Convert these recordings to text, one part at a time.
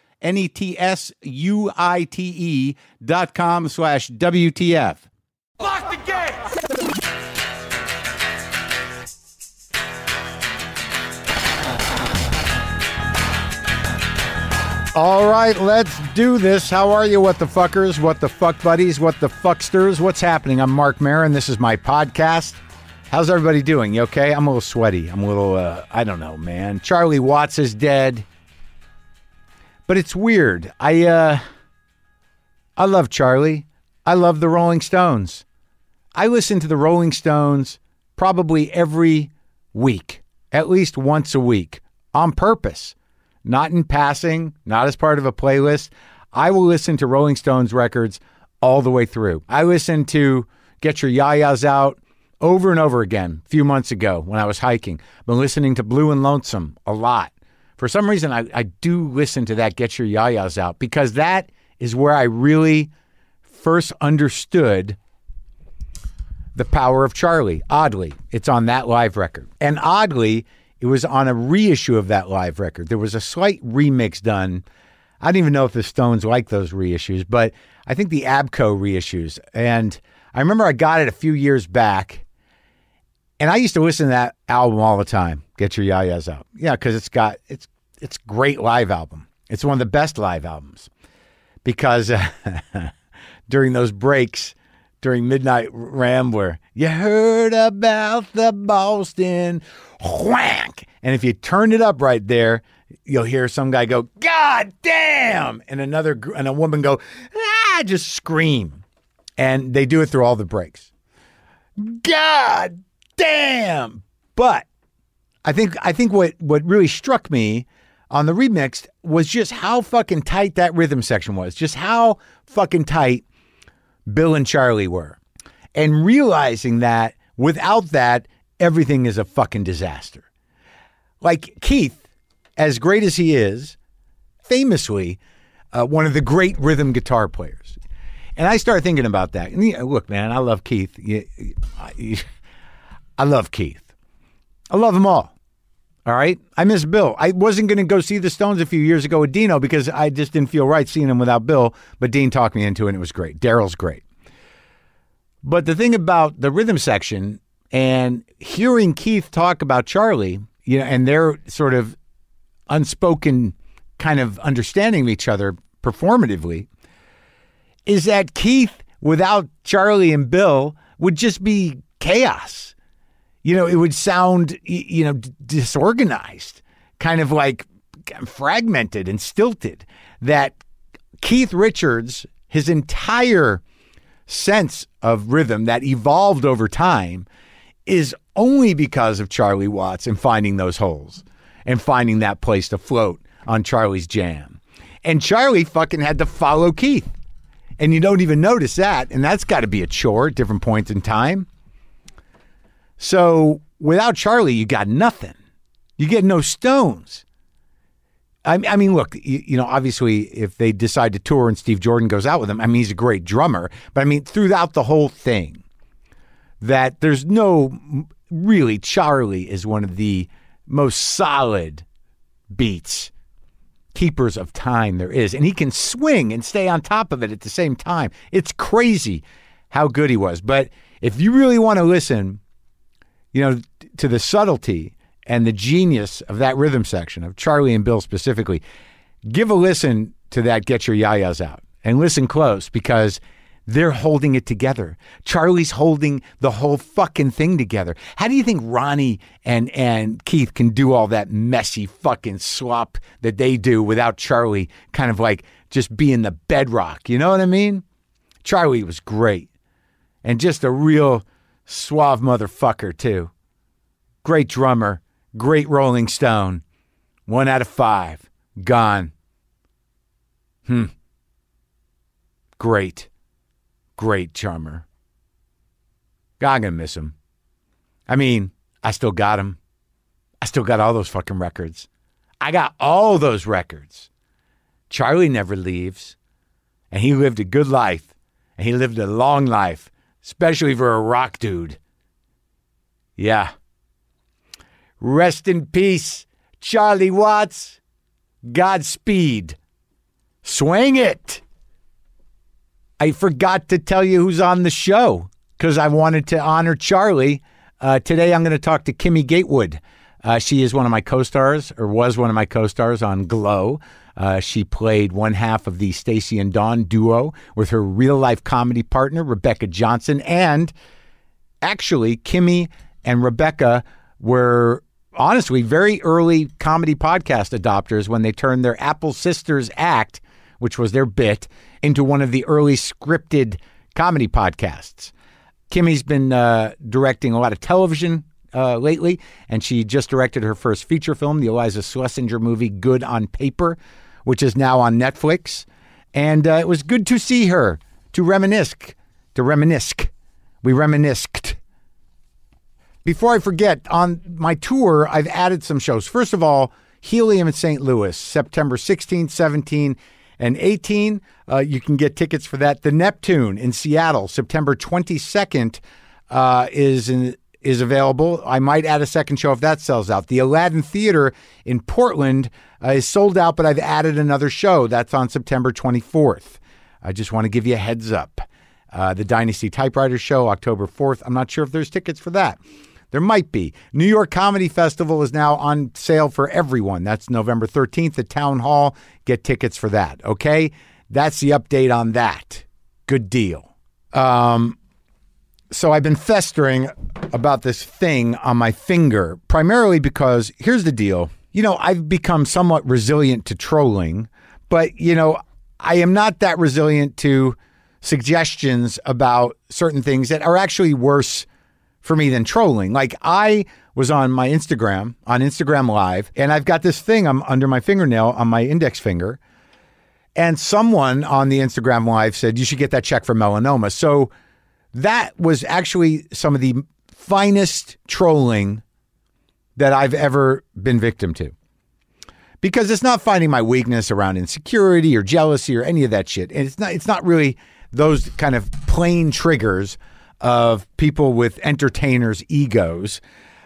N E T S U I T E dot com slash WTF. Lock the gate! All right, let's do this. How are you, what the fuckers, what the fuck buddies, what the fucksters? What's happening? I'm Mark Marin. This is my podcast. How's everybody doing? You okay? I'm a little sweaty. I'm a little, uh, I don't know, man. Charlie Watts is dead. But it's weird. I, uh, I love Charlie. I love the Rolling Stones. I listen to the Rolling Stones probably every week, at least once a week, on purpose, not in passing, not as part of a playlist. I will listen to Rolling Stones records all the way through. I listened to Get Your Yayas Out over and over again a few months ago when I was hiking. been listening to Blue and Lonesome a lot. For some reason, I, I do listen to that Get Your Yayas Out because that is where I really first understood the Power of Charlie. Oddly, it's on that live record. And oddly, it was on a reissue of that live record. There was a slight remix done. I don't even know if the Stones like those reissues, but I think the Abco reissues. And I remember I got it a few years back. And I used to listen to that album all the time. Get your yayas out. Yeah, because it's got it's it's great live album. It's one of the best live albums because uh, during those breaks during Midnight Rambler, you heard about the Boston whack. And if you turn it up right there, you'll hear some guy go, God damn! And another, gr- and a woman go, ah, just scream. And they do it through all the breaks. God damn! But I think I think what what really struck me on the remixed was just how fucking tight that rhythm section was. Just how fucking tight Bill and Charlie were. And realizing that without that, everything is a fucking disaster. Like Keith, as great as he is, famously uh, one of the great rhythm guitar players. And I started thinking about that. And yeah, look, man, I love Keith. Yeah, I I love Keith. I love them all. All right. I miss Bill. I wasn't going to go see the Stones a few years ago with Dino because I just didn't feel right seeing them without Bill, but Dean talked me into it and it was great. Daryl's great. But the thing about the rhythm section and hearing Keith talk about Charlie, you know, and their sort of unspoken kind of understanding of each other performatively is that Keith without Charlie and Bill would just be chaos you know, it would sound, y- you know, d- disorganized, kind of like fragmented and stilted. That Keith Richards, his entire sense of rhythm that evolved over time is only because of Charlie Watts and finding those holes and finding that place to float on Charlie's jam. And Charlie fucking had to follow Keith. And you don't even notice that. And that's got to be a chore at different points in time. So without Charlie, you got nothing. You get no stones. I, I mean, look, you, you know, obviously, if they decide to tour and Steve Jordan goes out with them, I mean, he's a great drummer. But I mean, throughout the whole thing, that there's no really, Charlie is one of the most solid beats, keepers of time there is. And he can swing and stay on top of it at the same time. It's crazy how good he was. But if you really want to listen, you know, t- to the subtlety and the genius of that rhythm section of Charlie and Bill specifically. Give a listen to that Get Your Yayas Out and listen close because They're holding it together. Charlie's holding the whole fucking thing together. How do you think Ronnie and and Keith can do all that messy fucking slop that they do without Charlie kind of like just being the bedrock? You know what I mean? Charlie was great and just a real suave motherfucker too. Great drummer, great Rolling Stone. One out of five. Gone. Hmm. Great, great drummer. I'm gonna miss him. I mean, I still got him. I still got all those fucking records. I got all those records. Charlie never leaves and he lived a good life and he lived a long life especially for a rock dude yeah rest in peace charlie watts godspeed swing it i forgot to tell you who's on the show because i wanted to honor charlie uh, today i'm going to talk to kimmy gatewood uh, she is one of my co-stars, or was one of my co-stars on Glow. Uh, she played one half of the Stacy and Dawn duo with her real-life comedy partner Rebecca Johnson, and actually, Kimmy and Rebecca were honestly very early comedy podcast adopters when they turned their Apple Sisters act, which was their bit, into one of the early scripted comedy podcasts. Kimmy's been uh, directing a lot of television uh, lately, and she just directed her first feature film, the Eliza Schlesinger movie Good on Paper, which is now on Netflix. And uh, it was good to see her, to reminisce, to reminisce. We reminisced. Before I forget, on my tour, I've added some shows. First of all, Helium in St. Louis, September 16, 17, and 18. Uh, you can get tickets for that. The Neptune in Seattle, September 22nd, uh, is in, is available. I might add a second show if that sells out. The Aladdin Theater in Portland uh, is sold out, but I've added another show. That's on September 24th. I just want to give you a heads up. Uh, the Dynasty Typewriter Show, October 4th. I'm not sure if there's tickets for that. There might be. New York Comedy Festival is now on sale for everyone. That's November 13th at Town Hall. Get tickets for that. Okay? That's the update on that. Good deal. So I've been festering about this thing on my finger, primarily because here's the deal. You know, I've become somewhat resilient to trolling, but, you know, I am not that resilient to suggestions about certain things that are actually worse for me than trolling. Like I was on my Instagram, on Instagram Live, and I've got this thing I'm under my fingernail on my index finger. And someone on the Instagram live said, you should get that check for melanoma. So that was actually some of the finest trolling that I've ever been victim to. Because it's not finding my weakness around insecurity or jealousy or any of that shit. And it's not it's not really those kind of plain triggers of people with entertainers' egos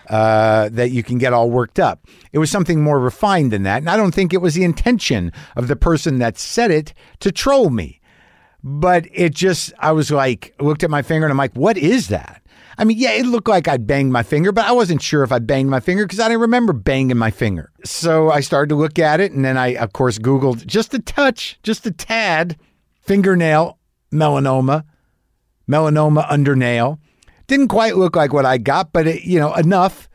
uh, that you can get all worked up. It was something more refined than that. And I don't think it was the intention of the person that said it to troll me but it just I was like looked at my finger and I'm like, what is that? I mean, yeah, it looked like I banged my finger, but I wasn't sure if I banged my finger because I didn't remember banging my finger. So I started to look at it, and then I, of course, Googled just a touch, just a tad, fingernail melanoma, melanoma under nail. Didn't quite look like what I got, but it, you know, enough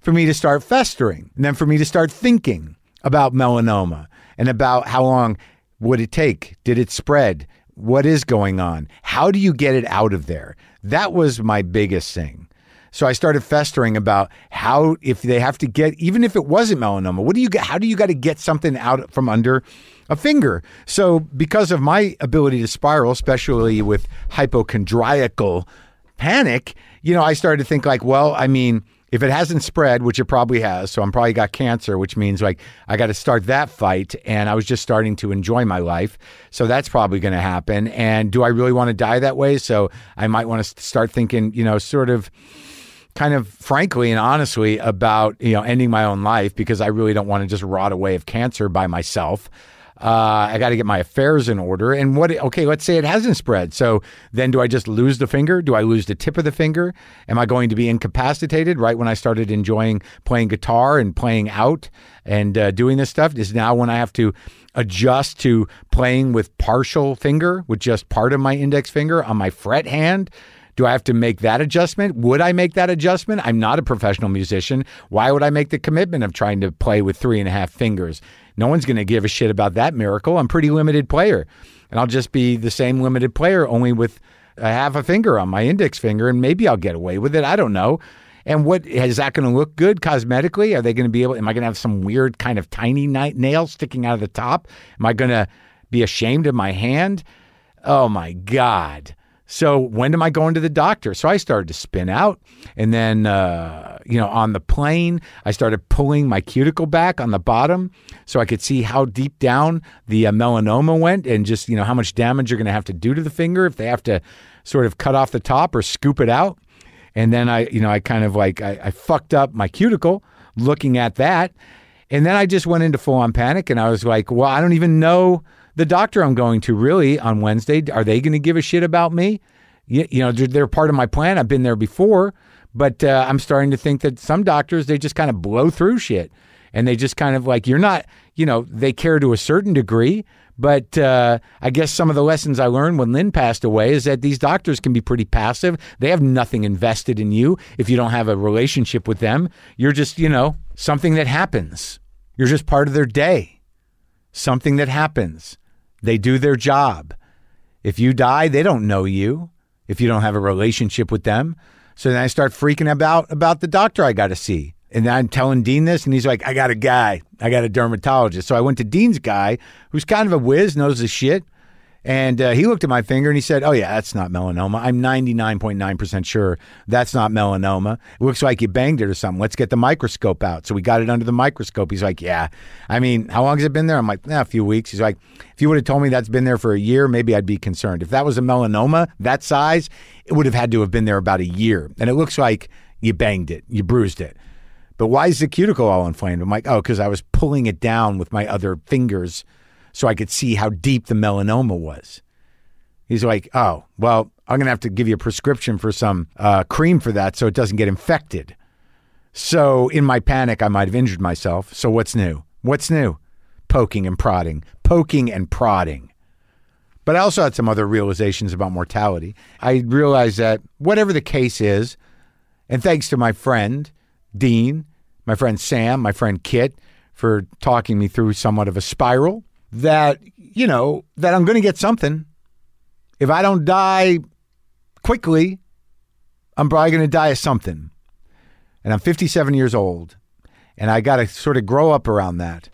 for me to start festering and then for me to start thinking about melanoma and about how long would it take? Did it spread? What is going on? How do you get it out of there? That was my biggest thing. So I started festering about how if they have to get even if it wasn't melanoma, what do you get how do you got to get something out from under a finger? So because of my ability to spiral, especially with hypochondriacal panic, you know, I started to think like, well, I mean, if it hasn't spread, which it probably has, so I'm probably got cancer, which means like I got to start that fight. And I was just starting to enjoy my life, so that's probably going to happen. And do I really want to die that way? So I might want to start thinking, you know, sort of kind of frankly and honestly about you know ending my own life because I really don't want to just rot away of cancer by myself. Uh, I got to get my affairs in order. And what? Okay, let's say it hasn't spread. So then, do I just lose the finger? Do I lose the tip of the finger? Am I going to be incapacitated? Right when I started enjoying playing guitar and playing out and uh, doing this stuff is now when I have to adjust to playing with partial finger, with just part of my index finger on my fret hand? Do I have to make that adjustment? Would I make that adjustment? I'm not a professional musician. Why would I make the commitment of trying to play with three and a half fingers? No one's going to give a shit about that miracle. I'm a pretty limited player. And I'll just be the same limited player, only with a half a finger on my index finger, and maybe I'll get away with it. I don't know. And what is that going to look good cosmetically? Are they going to be able? Am I going to have some weird kind of tiny ni- nail sticking out of the top? Am I going to be ashamed of my hand? Oh my god! So when am I going to the doctor? So I started to spin out, and then uh, you know on the plane I started pulling my cuticle back on the bottom so I could see how deep down the uh, melanoma went, and just you know how much damage you're going to have to do to the finger if they have to sort of cut off the top or scoop it out. And then I, you know, I kind of like I, I fucked up my cuticle looking at that. And then I just went into full on panic and I was like, well, I don't even know the doctor I'm going to really on Wednesday. Are they going to give a shit about me? You, you know, they're, they're part of my plan. I've been there before, but uh, I'm starting to think that some doctors, they just kind of blow through shit and they just kind of like, you're not, you know, they care to a certain degree. But uh, I guess some of the lessons I learned when Lynn passed away is that these doctors can be pretty passive. They have nothing invested in you if you don't have a relationship with them. You're just, you know, something that happens. You're just part of their day, something that happens. They do their job. If you die, they don't know you if you don't have a relationship with them. So then I start freaking about about the doctor I got to see. And then I'm telling Dean this, and he's like, I got a guy. I got a dermatologist. So I went to Dean's guy, who's kind of a whiz, knows his shit. And uh, he looked at my finger and he said, Oh, yeah, that's not melanoma. I'm 99.9% sure that's not melanoma. It looks like you banged it or something. Let's get the microscope out. So we got it under the microscope. He's like, Yeah. I mean, how long has it been there? I'm like, nah, A few weeks. He's like, If you would have told me that's been there for a year, maybe I'd be concerned. If that was a melanoma that size, it would have had to have been there about a year. And it looks like you banged it, you bruised it. But why is the cuticle all inflamed? I'm like, oh, because I was pulling it down with my other fingers so I could see how deep the melanoma was. He's like, oh, well, I'm going to have to give you a prescription for some uh, cream for that so it doesn't get infected. So in my panic, I might have injured myself. So what's new? What's new? Poking and prodding, poking and prodding. But I also had some other realizations about mortality. I realized that whatever the case is, and thanks to my friend, Dean, my friend Sam, my friend Kit, for talking me through somewhat of a spiral that, you know, that I'm going to get something. If I don't die quickly, I'm probably going to die of something. And I'm 57 years old, and I got to sort of grow up around that.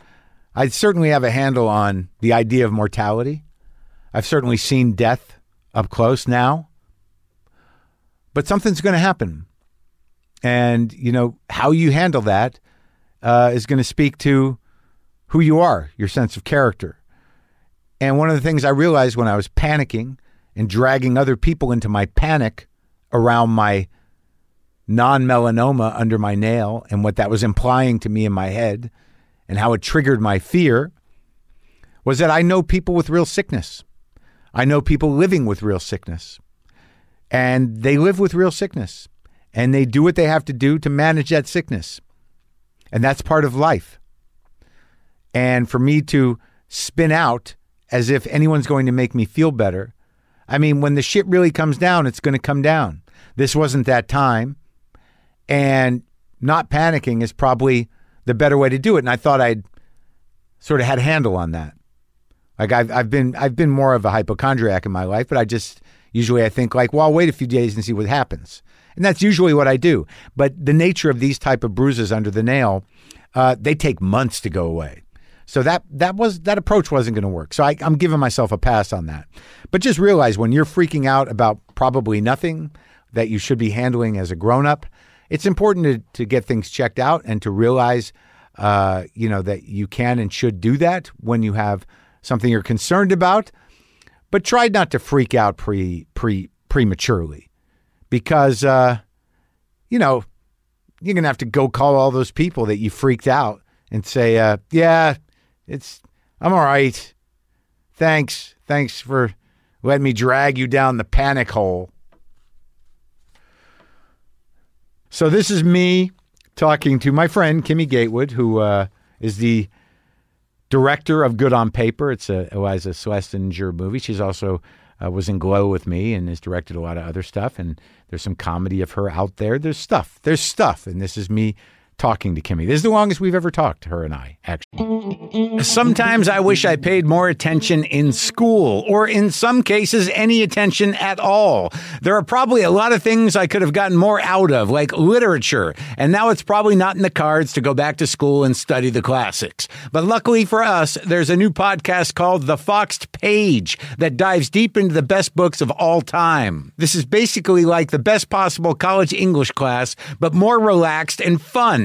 I certainly have a handle on the idea of mortality. I've certainly seen death up close now, but something's going to happen and you know how you handle that uh, is going to speak to who you are, your sense of character. And one of the things I realized when I was panicking and dragging other people into my panic around my non-melanoma under my nail and what that was implying to me in my head and how it triggered my fear was that I know people with real sickness. I know people living with real sickness. And they live with real sickness and they do what they have to do to manage that sickness. And that's part of life. And for me to spin out as if anyone's going to make me feel better, I mean, when the shit really comes down, it's going to come down. This wasn't that time. And not panicking is probably the better way to do it. And I thought I'd sort of had a handle on that. Like I've I've been I've been more of a hypochondriac in my life, but I just usually I think like, well, I'll wait a few days and see what happens, and that's usually what I do. But the nature of these type of bruises under the nail, uh, they take months to go away. So that that was that approach wasn't going to work. So I, I'm giving myself a pass on that. But just realize when you're freaking out about probably nothing that you should be handling as a grown up, it's important to, to get things checked out and to realize, uh, you know, that you can and should do that when you have something you're concerned about, but try not to freak out pre pre prematurely, because uh, you know you're gonna have to go call all those people that you freaked out and say, uh, "Yeah, it's I'm all right. Thanks, thanks for letting me drag you down the panic hole." So this is me talking to my friend Kimmy Gatewood, who uh, is the director of Good on Paper. It's a Eliza Schlesinger movie. She's also uh, was in Glow with me and has directed a lot of other stuff. And there's some comedy of her out there. There's stuff. There's stuff. And this is me talking to Kimmy. This is the longest we've ever talked, her and I, actually. Sometimes I wish I paid more attention in school, or in some cases, any attention at all. There are probably a lot of things I could have gotten more out of, like literature, and now it's probably not in the cards to go back to school and study the classics. But luckily for us, there's a new podcast called The Foxed Page that dives deep into the best books of all time. This is basically like the best possible college English class, but more relaxed and fun.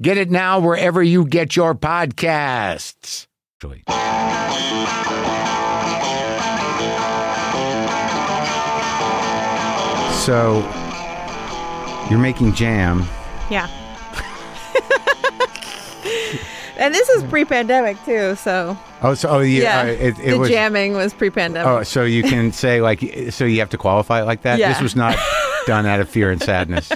Get it now wherever you get your podcasts. Actually. So you're making jam. Yeah. and this is pre-pandemic too, so Oh, so oh, you, yeah, uh, it, it the was. jamming was pre-pandemic. Oh, so you can say like, so you have to qualify it like that. This Yeah. was not done out of fear and sadness.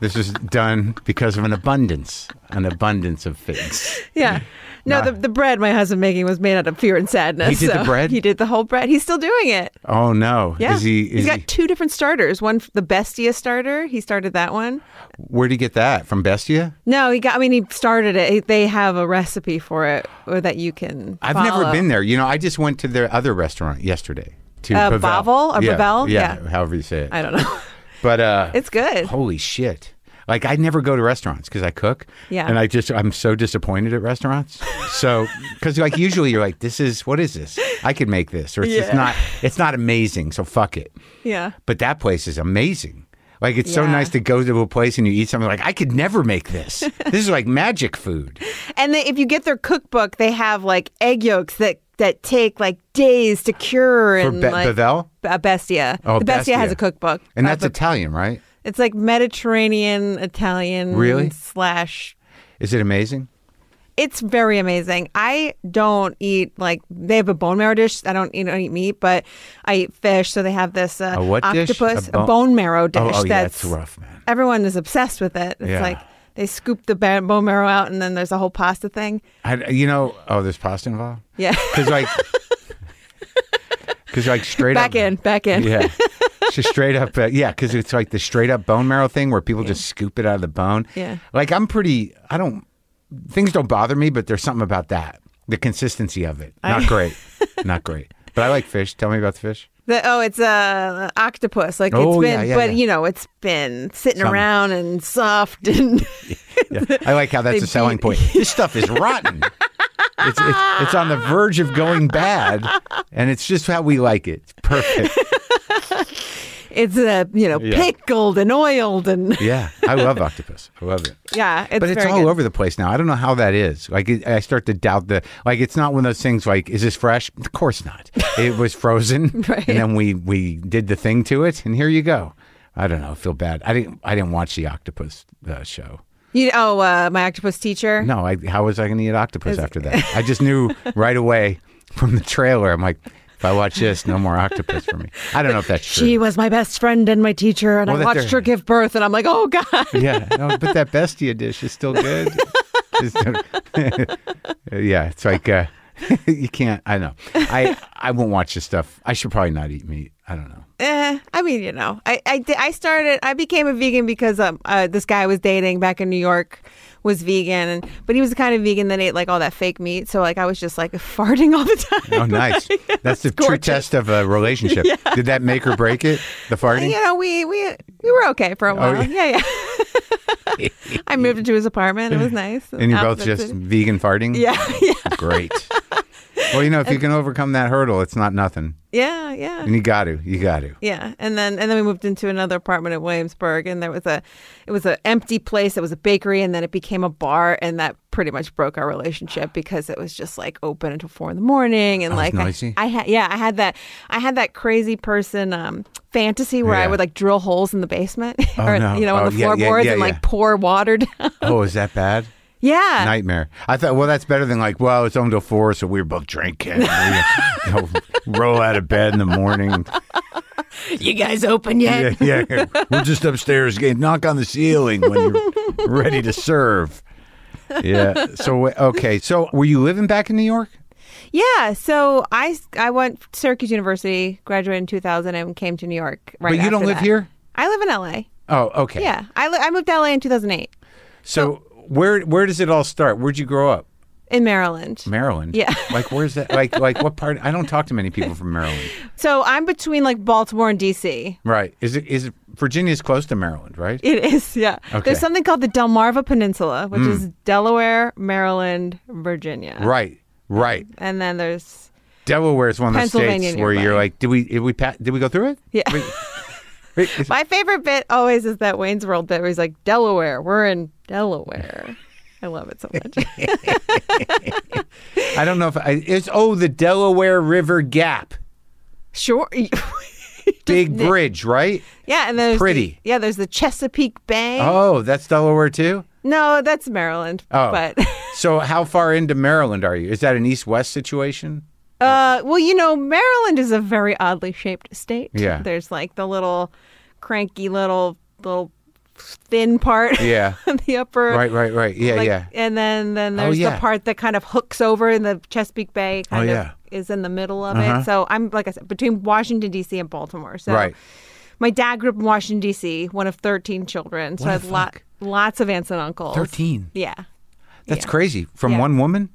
this was done because of an abundance, an abundance of figs. yeah. No, the, the bread my husband making was made out of fear and sadness. He did the so bread? He did the whole bread. He's still doing it. Oh no! Yeah, Is he? Is has got he, two different starters. One, f- the Bestia starter. He started that one. where would he get that from? Bestia? No, he got. I mean, he started it. He- They have a recipe for it, or that you can. I've follow. never been there. You know, I just went to their other restaurant yesterday. To Uh, Pavel. Bavel or yeah, Bavel? Yeah, Yeah. however you say it. I don't know. But uh, It's good. Holy shit. Like I never go to restaurants because I cook. Yeah. And I just I'm so disappointed at restaurants. So because like usually you're like this is what is this? I could make this or it's just Yeah. not it's not amazing. So fuck it. Yeah. But that place is amazing. Like it's so Yeah. nice to go to a place and you eat something like I could never make this. this is like magic food. And they, if you get their cookbook, they have like egg yolks that that take like days to cure. For and Be- like, Bevel? Uh, Bestia. Oh, the Bestia, has Bestia. a cookbook, And Uh, that's but Italian, right? it's like Mediterranean Italian. Really? Slash. Is it amazing? It's very amazing. I don't eat like they have a bone marrow dish. I don't, you know, eat meat, but I eat fish. So they have this uh, A what dish? octopus, A bo- a bone marrow dish. Oh, oh yeah, it's that's rough, man. everyone is obsessed with it. It's Yeah. like they scoop the ba- bone marrow out, and then there's a whole pasta thing. I, you know, oh, there's pasta involved. Yeah. Because like, because like straight back up, in, back in. Yeah. So straight up, uh, yeah, because it's like the straight up bone marrow thing where people just scoop it out of the bone. Yeah. Like I'm pretty, I don't, things don't bother me, but there's something about that, the consistency of it. Not great, not great. But I like fish. Tell me about the fish. The, oh, it's a octopus. Like Oh, it's been, yeah, yeah, but yeah. you know, it's been sitting Some- around and soft and Yeah. I like how that's They a selling beat- point. This stuff is rotten. It's, it's, it's on the verge of going bad, and it's just how we like it. It's perfect. it's uh, you know Yeah. pickled and oiled and Yeah, I love octopus. I love it. yeah. It's but it's very all good. over the place now. I don't know how that is. Like it, I start to doubt the like it's not one of those things like is this fresh? Of course not. It was frozen, Right. and then we we did the thing to it, and here you go. I don't know. I feel bad. I didn't. I didn't watch the octopus uh, show. You oh, uh, my octopus teacher. No. I, how was I going to eat octopus after that? I just knew right away from the trailer. I'm like, if I watch this, no more octopus for me. I don't know if that's true. She was my best friend and my teacher, and Well, I that watched they're- her give birth, and I'm like, oh god. yeah, no, but that Bestia dish is still good. It's still- yeah, it's like uh, you can't. I know. I I won't watch this stuff. I should probably not eat meat. I don't know. Eh, I mean, you know, I I, di- I started. I became a vegan because um uh, this guy I was dating back in New York was vegan, and, but he was the kind of vegan that ate like all that fake meat. So like I was just like farting all the time. Oh, nice. That's the true gorgeous. test of a relationship. Did that make or break it? The farting. Uh, you know, we we we were okay for a Oh, while. yeah, yeah. I moved into his apartment. It was nice. And you're Out both in the just city. vegan farting. Yeah, yeah. Great. Well, you know, if you can overcome that hurdle, it's not nothing. yeah, yeah. And you got to, you got to. Yeah, and then and then we moved into another apartment in Williamsburg, and there was a, it was an empty place. It was a bakery, and then it became a bar, and that pretty much broke our relationship because it was just like open until four in the morning, and Oh, it's like noisy. I, I had yeah, I had that I had that crazy person um, fantasy where I Yeah. would like drill holes in the basement or no. you know Oh, on the yeah, yeah, floorboards yeah, and yeah. like pour water down. Oh, is that bad? yeah, Nightmare. I thought, well, that's better than like, well, it's on till four, so we were both drinking. We, you know, roll out of bed in the morning. you guys open yet? Yeah, yeah. yeah. We're just upstairs. Again. Knock on the ceiling when you're ready to serve. Yeah. So okay. So were you living back in New York? Yeah, so I I went to Syracuse University, graduated in 2000, and came to New York. Right, But you don't after live that. here? I live in LA. Oh, okay. Yeah, I, li- I moved to LA in 2008 So where where does it all start? Where'd you grow up? in Maryland. Maryland. Yeah. Like where's that? Like like what part? I don't talk to many people from Maryland. so I'm between like Baltimore and DC. Right. Is it is it, Virginia's close to Maryland, right? It is, yeah. Okay. Hmm. There's something called the Delmarva Peninsula, which is Delaware, Maryland, Virginia. Right. Right. And then there's Delaware is one of those Pennsylvania states where you're nearby. like, did we did we pa- did we go through it? Yeah. Wait, wait, is- my favorite bit always is that Wayne's World bit where he's like, Delaware, we're in Delaware. I love it so much. I don't know if I, it's oh the Delaware River Gap. sure. Big bridge, right? yeah, and there's Pretty. The, yeah, there's the Chesapeake Bay. Oh, that's Delaware too? No, that's Maryland. Oh. But So how far into Maryland are you? Is that an east west situation? Uh, well, you know, Maryland is a very oddly shaped state. Yeah. There's like the little cranky little little thin part. Yeah. on the upper. Right, right, right. Yeah, like- yeah. Oh, And then then there's yeah. Oh, the part that kind of hooks over in the Chesapeake Bay. Kind of yeah. Uh-huh. Is in the middle of it. So I'm like I said between Washington D.C. and Baltimore. So Right. My dad grew up in Washington D.C. One of thirteen children. So What I the have lot lots of aunts and uncles. 13. Yeah. That's crazy. From Yeah. one woman?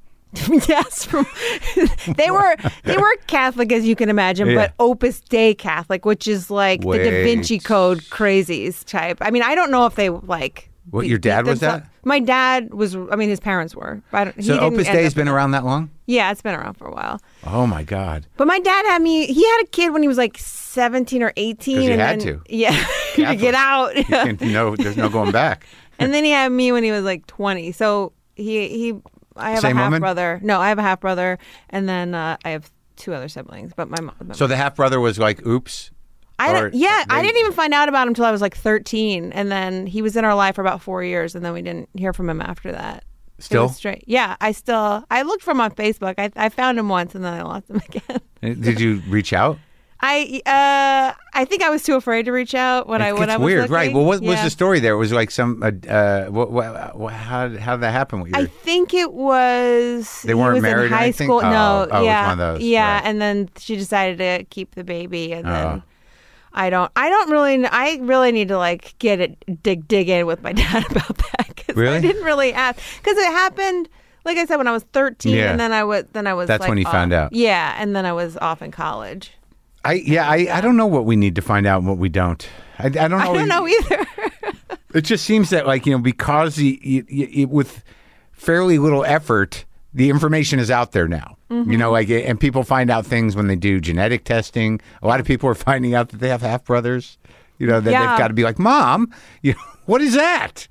yes, from they were they were Catholic as you can imagine, Yeah. but Opus Dei Catholic, which is like the Da Vinci Wait. Code crazies type. I mean, I don't know if they like. What, be- your dad beat was that? themselves- My dad was. I mean, his parents were. But I don't, So he didn't Opus end Dei has up- been around that long? Yeah, it's been around for a while. Oh my God. But my dad had me. He had a kid when he was like seventeen or eighteen. 'Cause he and had then- to. Yeah, to Catholic. get out. And no, there's no going back. and then he had me when he was like 20. So he he I have Same a half woman? brother. No, I have a half brother, and then uh, I have two other siblings. But my mom. my- So the half brother was like, oops. I or don't, yeah, I they- didn't even find out about him until I was like 13, and then he was in our life for about four years, and then we didn't hear from him after that. It Still? was straight. Yeah, I still I looked for him on Facebook. I I found him once, and then I lost him again. Did you reach out? I uh I think I was too afraid to reach out when I It when gets I was weird, right? looking. Well, what was Yeah. the story there? It was like some. Uh, uh, what, what, what, how did how did that happen? What you I were- think it was They he weren't was married in or high anything? school. Oh, no, oh, it was yeah, one of those, yeah. right. And then she decided to keep the baby, and Oh. then I don't, I don't really, kn- I really need to like get it dig dig in with my dad about that because Really? I didn't really ask because it happened. Like I said, when I was thirteen, Yeah. and then I was, then I was. That's like, when you off- found out. Yeah, and then I was off in college. I yeah, I, I don't know what we need to find out and what we don't. I, I don't know. I don't know e- either. It just seems that like you know because the y y it, with fairly little effort, the information is out there now. Mm-hmm. You know, like and people find out things when they do genetic testing. A lot of people are finding out that they have half brothers. You know, that Yeah. they've got to be like, Mom, you know, what is that?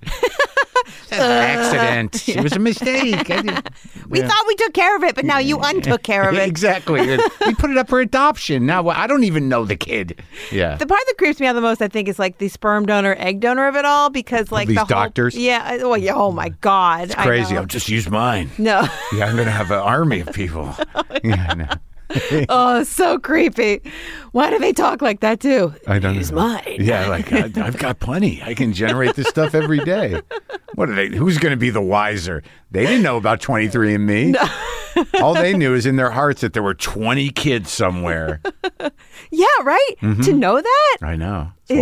It's an accident. It was a mistake. I didn't- We Yeah. thought we took care of it, but now you untook care of Yeah, it. exactly. we put it up for adoption. Now I don't even know the kid. Yeah. The part that creeps me out the most, I think, is like the sperm donor, egg donor of it all, because like these the whole- doctors? Mm. Yeah. I- Well, yeah. Oh my God. It's Crazy. I'll just use mine. No. Yeah, I'm gonna have an army of people. yeah, I know. oh, so creepy. Why do they talk like that too? I don't Use know. mine. Yeah, like I, I've got plenty. I can generate this stuff every day. What are they? Who's going to be the wiser? They didn't know about 23andMe. All they knew is in their hearts that there were 20 kids somewhere. Yeah. Right. To know that I know. Mm-hmm. It's is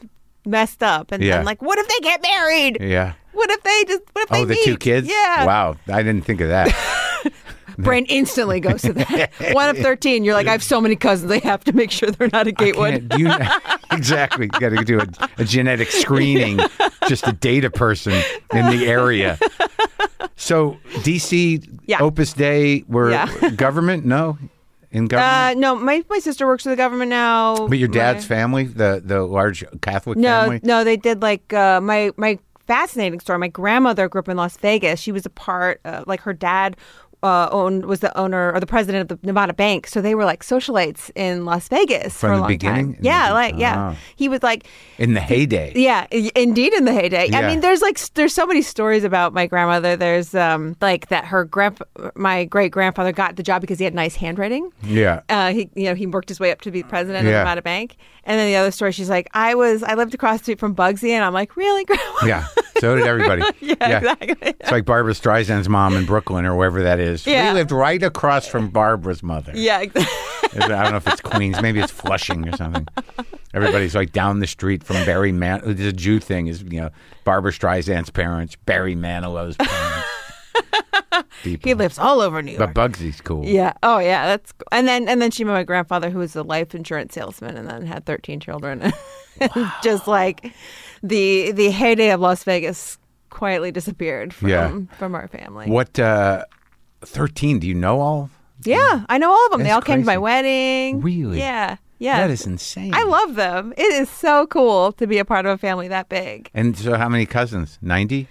wild. messed up. And Yeah. then like, what if they get married? Yeah. What if they just? What if Oh, they the two meet? kids? Yeah. Wow. I didn't think of that. Brain instantly goes to that. One of thirteen. You're like, I have so many cousins. I have to make sure they're not a Gatewood. Can't- you- exactly. You got to do a, a genetic screening just to date a person in the area. So DC Yeah. Opus Day were Yeah. government? No, in Uh, government. no, my, my sister works for the government now. but your dad's My- family, the the large Catholic No, family. no, they did like uh, my my fascinating story. My grandmother grew up in Las Vegas. She was a part of like her dad. Uh, owned was the owner or the president of the Nevada Bank, so they were like socialites in Las Vegas From for a the long beginning? time. Yeah, Mhm. like yeah, Ah. he was like in the heyday. yeah, i- indeed, in the heyday. Yeah. I mean, there's like s- there's so many stories about my grandmother. There's um like that her grand my great grandfather got the job because he had nice handwriting. Yeah. Uh, he you know he worked his way up to be president Yeah. of Nevada Bank, and then the other story, she's like, I was I lived across the street from Bugsy, and I'm like, really, grandma? Yeah. So did everybody. Yeah, exactly. It's like Barbara Streisand's mom in Brooklyn or wherever that is. Yeah. We lived right across from Barbara's mother. Yeah, exactly. I don't know if it's Queens. Maybe it's Flushing or something. Everybody's like down the street from Barry Manilow. The Jew thing is, you know, Barbara Streisand's parents, Barry Manilow's parents. People. he lives all over New York. but Bugsy's cool. yeah. Oh, yeah. That's cool. and then and then she met my grandfather, who was a life insurance salesman, and then had thirteen children. Just like the the heyday of Las Vegas quietly disappeared from Yeah. from our family. What, uh, 13, do you know all? Yeah, I know all of them. they That's all came to my crazy. wedding. Really? Yeah. Yeah. That is insane. I love them. It is so cool to be a part of a family that big. And so how many cousins? 90?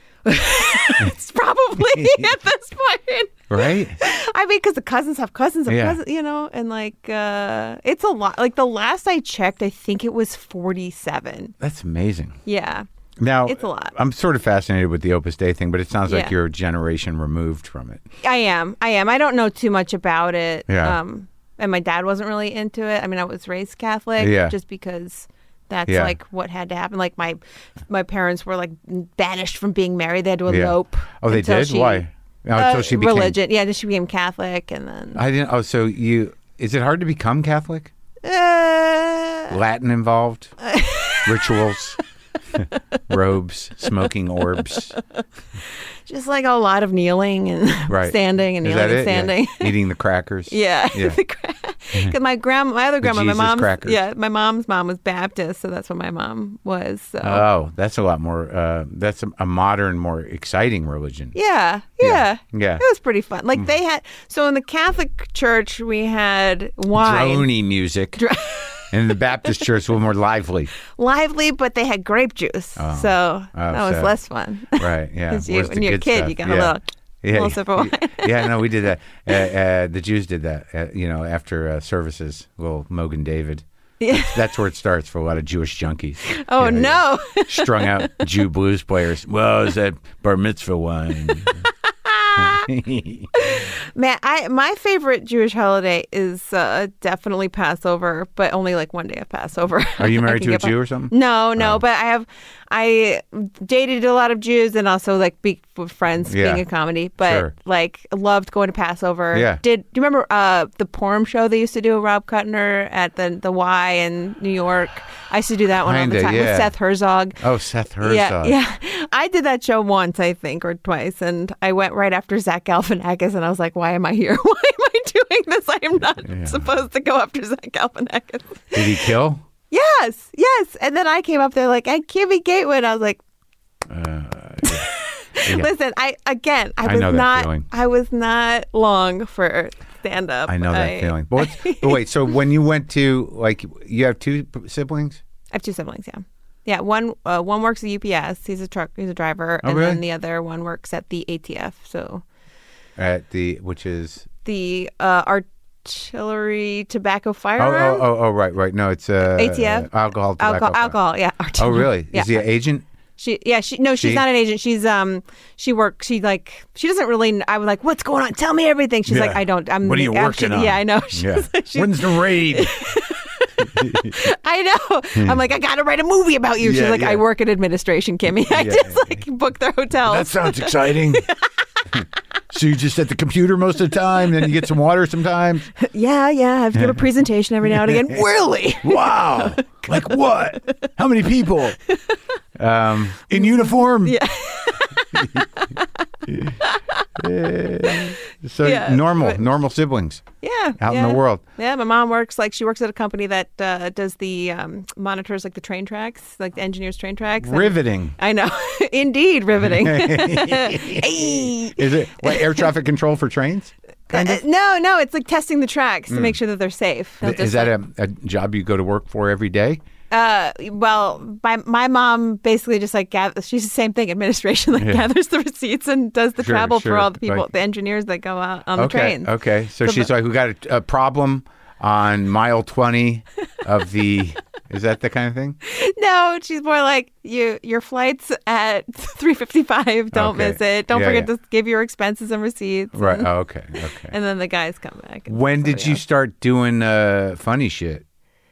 It's probably at this point. Right? I mean, because the cousins have cousins of Yeah. cousins, you know, and like uh, it's a lot. Like the last I checked, I think it was forty-seven. That's amazing. Yeah, Now, It's a lot. I'm sort of fascinated with the Opus Day thing, but it sounds Yeah. like you're a generation removed from it. I am. I am. I don't know too much about it. Yeah. Um, and my dad wasn't really into it. I mean, I was raised Catholic, Yeah. just because that's Yeah. like what had to happen. Like my my parents were like banished from being married. They had to Yeah. elope. Oh, they until did? she- Why? Oh, uh, until she became religion. Yeah, then she became Catholic, and then I didn't. Oh, so you? Is it hard to become Catholic? uh, Latin involved, rituals, robes, smoking orbs. just like a lot of kneeling and Right. standing and Is kneeling that and it? standing. Yeah. Eating the crackers. Yeah. Yeah. Mm-hmm. Because my grandma, my other grandma, my Jesus mom's, crackers. yeah, my mom's mom was Baptist, so that's what my mom was. So. Oh, that's a lot more. Uh, that's a, a modern, more exciting religion. yeah, Yeah. yeah, Yeah. Mm-hmm. It was pretty fun. Like they had, so in the Catholic Church we had wine, Drony music. and the Baptist church was more lively. lively, but they had grape juice, so that was Oh. so- less fun. Right. Yeah. 'Cause you- Where's the when you're a good kid, stuff? you got a yeah. little- Yeah, little yeah, sip of yeah. yeah, no, we did that. Uh, uh, the Jews did that, uh, you know, after uh, services, little Mogan David. Yeah. That's where it starts for a lot of Jewish junkies. Oh Yeah, yeah. no, strung out Jew blues players. Well, is that bar mitzvah wine? man! I my favorite Jewish holiday is uh, definitely Passover, but only like one day of Passover. Are you I married to can a Oh. get by. Jew or something? No, no, but I have I dated a lot of Jews and also like be with friends Yeah. being a comedy, but Sure. like loved going to Passover. Yeah. Did do you remember uh the Purim show they used to do with Rob Kuttner at the the Y in New York? I used to do that one all Kinda, the time yeah. with Seth Herzog. Oh, Seth Herzog. Yeah, yeah. I did that show once, I think, or twice, and I went right after Zach Galifianakis, and I was like, "Why am I here? Why am I doing this? I am not supposed to go after Zach Galifianakis." Did he kill? Yes, yes. And then I came up there like, I can't be Gatewood. I was like, Yeah. listen, I again, I, I was know that not, feeling. I was not long for stand up. I know that feeling. But, what's- but wait, so when you went to like, you have two p- siblings? I have two siblings. Yeah, yeah. One uh, one works at UPS. He's a truck. He's a driver. and Oh, really? then the other one works at the ATF. So At the which is the uh, artillery tobacco oh firearm. oh oh, oh right right no it's uh, ATF? alcohol tobacco, Alcohol, alcohol, yeah. oh really Yeah. is he an agent She yeah she no she's She? not an agent she's um she works she like she doesn't really I was like what's going on tell me everything she's like Yeah. I don't I'm I'm- she- yeah I know she's, yeah she's- when's the raid I know I'm like I gotta write a movie about you she's Hmm. Yeah, like yeah. I work in administration Kimmy I Yeah, just like book their hotels That sounds exciting. so you're just at the computer most of the time, then you get some water sometimes. yeah yeah I have to give a presentation every now and again really Wow. Like what? How many people? Um, in uniform? Yeah. So Yeah, normal, but- normal siblings Yeah. out yeah. in the world. Yeah, my mom works like she works at a company that uh, does the um, monitors like the train tracks, like the engineers' train tracks. and- Riveting. I know, indeed, riveting. Ay. Is it what air traffic control for trains? Uh, no, no, it's like testing the tracks to make sure that they're safe. They'll Hmm. Is just, that a, a job you go to work for every day? Uh, well, my my mom basically just like gathers. She's the same thing. Administration like gathers the receipts and does the Sure, travel sure, for all the people, right. the engineers that go out on the okay. trains. Okay. So So she's the- like, we got a, a problem on mile 20 of the. Is that the kind of thing? No, she's more like you. Your flights at three fifty five. Don't Okay. miss it. Don't Yeah, forget yeah. to give your expenses and receipts. Right. Oh, okay. Okay. And then the guys come back. and When did somebody you else. start doing uh, funny shit?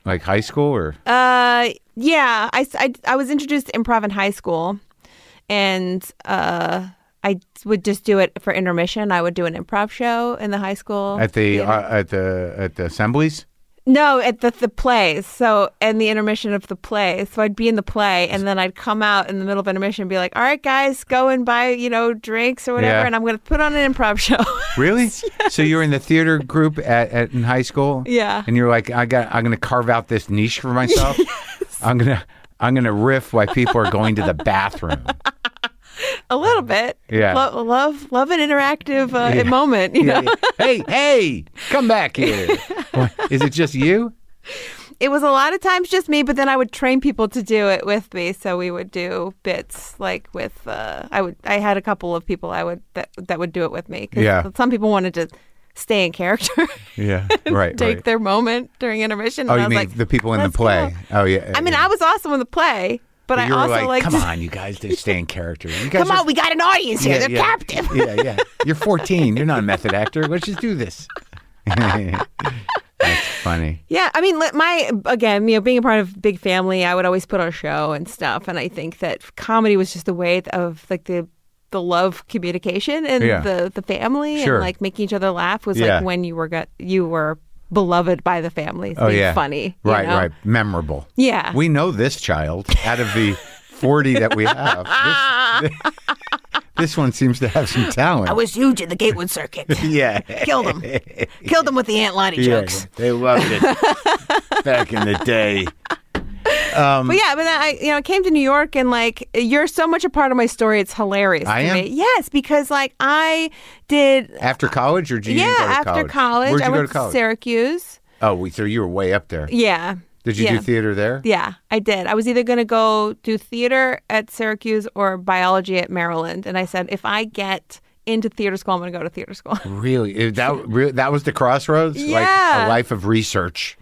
Like high school or? Uh, yeah, I, s- I, I was introduced to improv in high school, and uh, I would just do it for intermission. I would do an improv show in the high school. at the Oh, theater. uh, at the at the assemblies. no, at the the plays. So and the intermission of the play. So I'd be in the play, and then I'd come out in the middle of intermission and be like, "All right, guys, go and buy you know drinks or whatever," Yeah. and I'm gonna put on an improv show. Really? So you were in the theater group at, at in high school. Yeah. And you're like, I got, I'm gonna carve out this niche for myself. I'm gonna, I'm gonna riff while people are going to the bathroom. a little bit. Yeah. Lo- love love an interactive uh, moment. You know. hey, hey, come back here. What, Is it just you? it was a lot of times just me, but then I would train people to do it with me. So we would do bits like with uh, I would I had a couple of people I would that that would do it with me. 'cause Yeah. some people wanted to stay in character, Yeah. Right. take right. their moment during intermission. oh, and I you was mean like, the people in the "Let's go." play? Oh yeah. I mean, I was awesome in the play, but, I you were also like, liked come on, you guys, they stay in character. You guys Come are on, we got an audience here. They're captive. yeah, yeah. You're 14. You're not a method actor. Let's just do this. That's funny. Yeah, I mean, li- my again, you know, being a part of big family, I would always put on a show and stuff, and I think that comedy was just a way of like the the love communication and Yeah. the the family Sure. and like making each other laugh was Yeah. like when you were got you were beloved by the family. Oh being yeah, funny, you Right, know? right. Memorable. Yeah. We know this child out of the 40 that we have. This, this one seems to have some talent. I was huge in the Gatewood circuit. yeah. Killed them. Killed them with the Aunt Lottie jokes. They loved it back in the day. Um, But yeah, but then I, you know, I came to New York and like you're so much a part of my story. It's hilarious I to am? me. Yes, because like I did. After college, or did you yeah, even go to after college? college, Where'd you I go went to college? Syracuse. oh, we- so you were way up there. Yeah. Did you yeah. do theater there? Yeah, I did. I was either going to go do theater at Syracuse or biology at Maryland. And I said, if I get into theater school, I'm going to go to theater school. Really? Is That re- that was the crossroads, like a Yeah. life of research,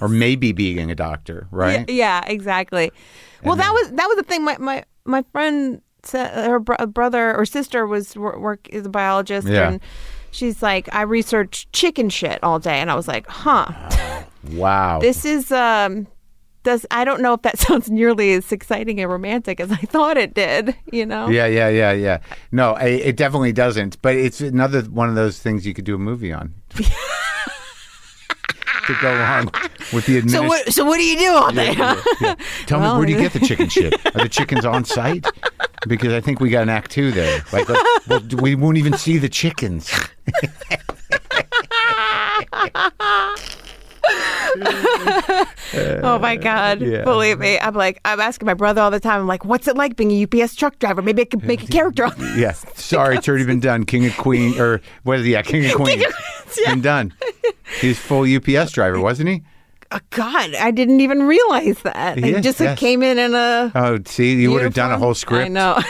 or maybe being a doctor, right? yeah, exactly. Well, that was that was the thing. My my my friend, sa- her br- brother or sister was wor- work is a biologist, Yeah. and she's like, I researched chicken shit all day, and I was like, Ah. huh. Wow. This is um does I don't know if that sounds nearly as exciting and romantic as I thought it did, you know? yeah, yeah, yeah, yeah. No, I, it definitely doesn't. But it's another one of those things you could do a movie on to go along with the administration. So what, so what do you do all day? Tell Well, me, where do you get the chicken shit? Are the chickens on site? Because I think we got an act two there. Like, like well, we won't even see the chickens. Oh my God. yeah. Believe me. I'm like, I'm asking my brother all the time. I'm like, what's it like being a UPS truck driver? Maybe I could make a character on this. Yeah. Sorry, it's already been done. King of Queen, or what is he? Yeah, King of Queen. Been done. He's full UPS driver, wasn't he? Oh, God, I didn't even realize that. I Yes, just yes. came in in a. Oh, see, you would have done a uniform. whole script. I know.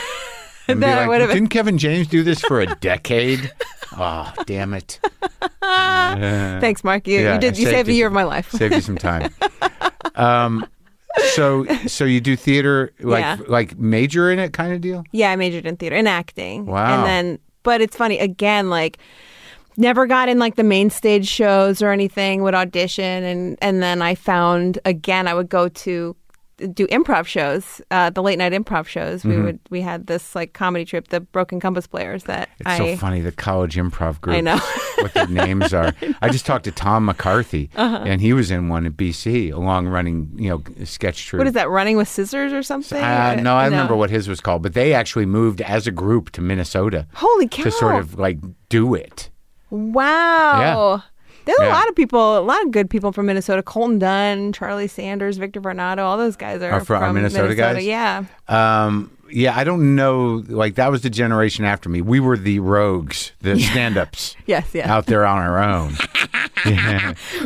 And be That like, would have been- Didn't Kevin James do this for a decade? oh, damn it. Thanks, Mark. Yeah, You, you I did. You saved saved a you year of some- my life. Save you some time. Um, so, so you do theater, like, Yeah. like major in it, kind of deal. Yeah, I majored in theater and acting. Wow. And then, but it's funny again, like never got in like the main stage shows or anything. Would audition and and then I found again I would go to do improv shows, uh, the late night improv shows. Mm-hmm. We would we had this like comedy trip, the Broken Compass Players. That It's I so funny the college improv group. I know. what their names are. I just talked to Tom McCarthy, Uh-huh. and he was in one at BC, a long running you know sketch troupe. what is that? Running with scissors or something? Uh, no, I remember what his was called, but they actually moved as a group to Minnesota Holy cow! to sort of like do it. Wow. There's a Yeah. lot of people, a lot of good people from Minnesota. Colton Dunn, Charlie Sanders, Victor Vernado, all those guys are, Are fro- are Minnesota guys? Yeah. Um, yeah, I don't know. Like that was the generation after me. We were the rogues, the stand-ups Yes, yes. out there on our own.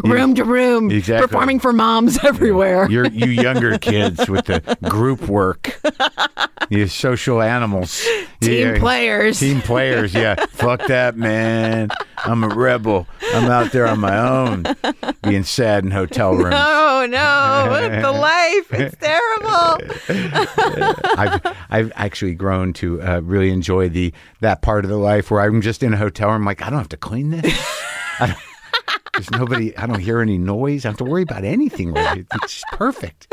room to room, Exactly. performing for moms everywhere. You're you younger kids with the group work, you social animals, Team Yeah. players. Team players, yeah. Fuck that, man. I'm a rebel. I'm out there on my own, being sad in hotel rooms. Oh, no. What the life. It's terrible. I've I've actually grown to uh, really enjoy the that part of the life where I'm just in a hotel room. Like I don't have to clean this. I don't- there's nobody. I don't hear any noise. I don't have to worry about anything. Really. It's just perfect.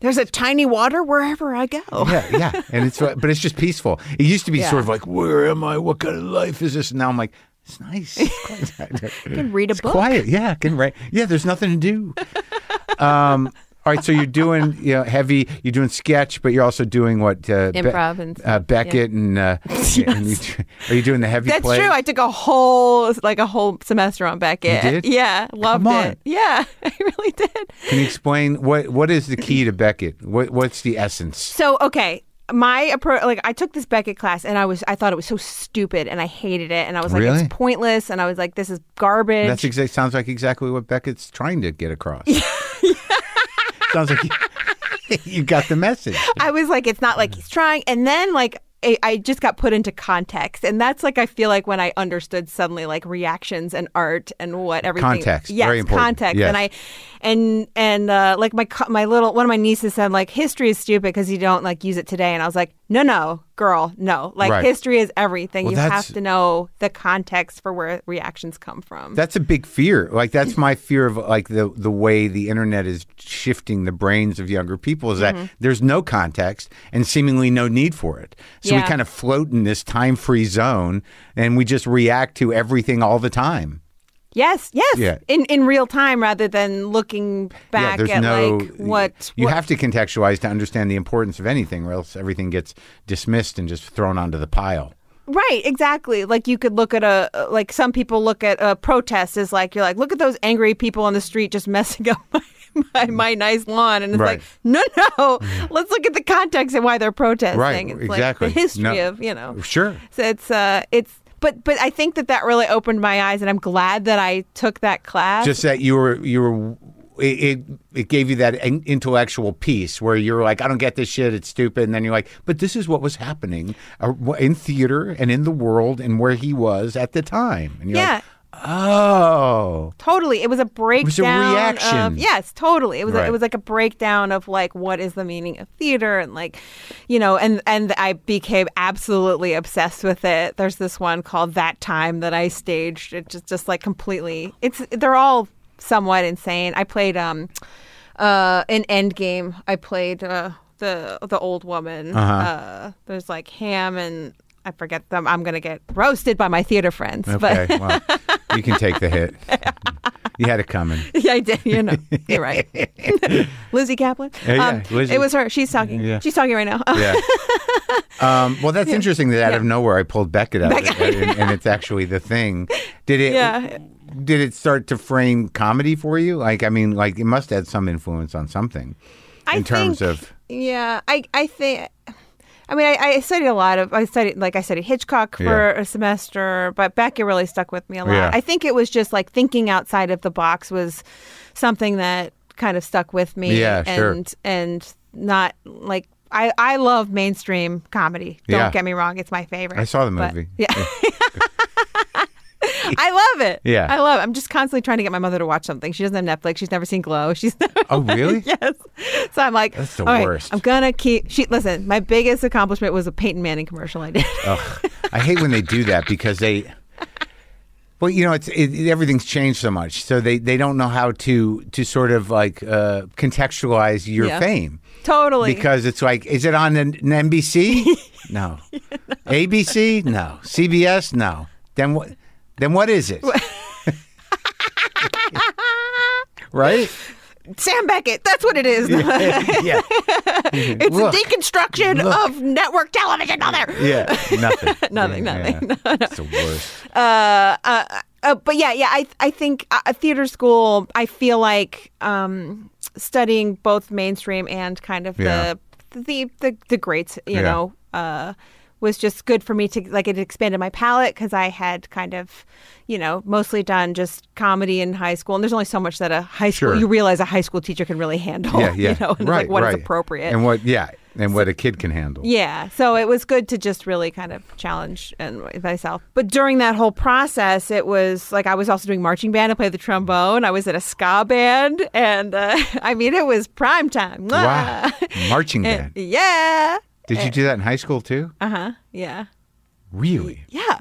There's a tiny water wherever I go. Yeah, yeah. And it's but it's just peaceful. It used to be Yeah. sort of like, where am I? What kind of life is this? And now I'm like, it's nice. You can read a book. Quiet, yeah, I can write. Yeah, there's nothing to do. Um, all right, so you're doing you know, heavy. You're doing sketch, but you're also doing what uh, Be- Improv and- uh, Beckett and, uh, and you, are you doing the heavy? That's play? true. I took a whole like a whole semester on Beckett. You did? Yeah, loved Come on. it. Yeah, I really did. can you explain what what is the key to Beckett? What what's the essence? So okay, my approach like I took this Beckett class and I was I thought it was so stupid and I hated it and I was like Really? it's pointless and I was like this is garbage. That's exact. Sounds like exactly what Beckett's trying to get across. sounds like you, you got the message. I was like, it's not like he's trying. And then like I, I just got put into context, and that's like I feel like when I understood suddenly like reactions and art and what everything Context, yes, very important. context. Yes. And I, and and uh, like my co- my little one of my nieces said like history is stupid because you don't like use it today, and I was like, no, no, girl, no, like Right. history is everything. Well, you that's- have to know the context for where reactions come from. That's a big fear. Like that's my fear of like the the way the internet is shifting the brains of younger people is Mm-hmm. that there's no context and seemingly no need for it. So we Yeah. kind of float in this time free zone and we just react to everything all the time. yes, yes, Yeah. in in real time rather than looking back yeah, there's at no like what you what, have to contextualize to understand the importance of anything, or else everything gets dismissed and just thrown onto the pile. Right, exactly. Like you could look at a uh, like some people look at a protest as like you're like look at those angry people on the street just messing up my my, my nice lawn and it's Mm. Right. Mm. like no no let's look at the context and why they're protesting. Right, it's exactly. like the history No. of you know. Sure. So it's uh it's but but I think that that really opened my eyes and I'm glad that I took that class. just that you were you were it it- it gave you that in- intellectual piece where you're like I don't get this shit it's stupid and then you're like but this is what was happening uh, in theater and in the world and where he was at the time and you're yeah. like oh Totally, it was a breakdown. reaction. Of, yes, totally. It was. A, Right. it was like a breakdown of like what is the meaning of theater and like, you know, and and I became absolutely obsessed with it. There's this one called That Time that I staged. It just just like completely. It's they're all somewhat insane. I played um, uh, in Endgame. I played uh the the old woman. uh there's like Ham and. I forget them. I'm gonna get roasted by my theater friends, but okay well you can take the hit you had it coming yeah, I did. You know, you're right. Lizzie Kaplan. Oh, Um, Yeah, yeah, Lizzie. It was her. She's talking. Yeah. She's talking right now. yeah um, well that's interesting that out of nowhere I pulled Beckett out of it, and, and it's actually the thing did it Yeah. did it start to frame comedy for you? Like, I mean, like it must have had some influence on something I in terms think- of. Yeah, I I think. I mean, I, I studied a lot of. I studied, like I studied Hitchcock for Yeah. a semester, but Beckett really stuck with me a lot. Yeah. I think it was just like thinking outside of the box was something that kind of stuck with me. Yeah, sure. and and not like I I love mainstream comedy. Don't Yeah. get me wrong; it's my favorite. I saw the but- movie. yeah. I love it. Yeah. I love it. I'm just constantly trying to get my mother to watch something. She doesn't have Netflix. She's never seen Glow. She's Oh, really? yes. So I'm like, That's the "All right, worst." I'm gonna keep. She listen. My biggest accomplishment was a Peyton Manning commercial I did. Ugh. I hate when they do that because they. Well, you know, it's it, everything's changed so much, so they, they don't know how to to sort of like uh, contextualize your Yeah. fame Totally. because it's like, is it on an, an NBC? no. ABC? No. CBS? No. Then what? Then what is it? right? Sam Beckett, that's what it is. yeah. it's Look. a deconstruction Look. of network television. Mother. Yeah. Nothing. Nothing, nothing. It's the worst. uh, uh, uh, but yeah, yeah, I I think uh, uh, theater school. I feel like um, studying both mainstream and kind of Yeah. the, the the the greats, you Yeah. know, uh, was just good for me to like it expanded my palette because I had kind of you know mostly done just comedy in high school, and there's only so much that a high school Sure. you realize a high school teacher can really handle. Yeah. Yeah. you know, and, right. like what is right. appropriate. and what? Yeah. And what a kid can handle. Yeah, so it was good to just really kind of challenge and myself. But during that whole process, it was like I was also doing marching band. I played the trombone. I was in a ska band, and uh, I mean it was prime time. Wow. Marching band. yeah. Did you do that in high school too? Uh huh. Yeah. Really? Yeah.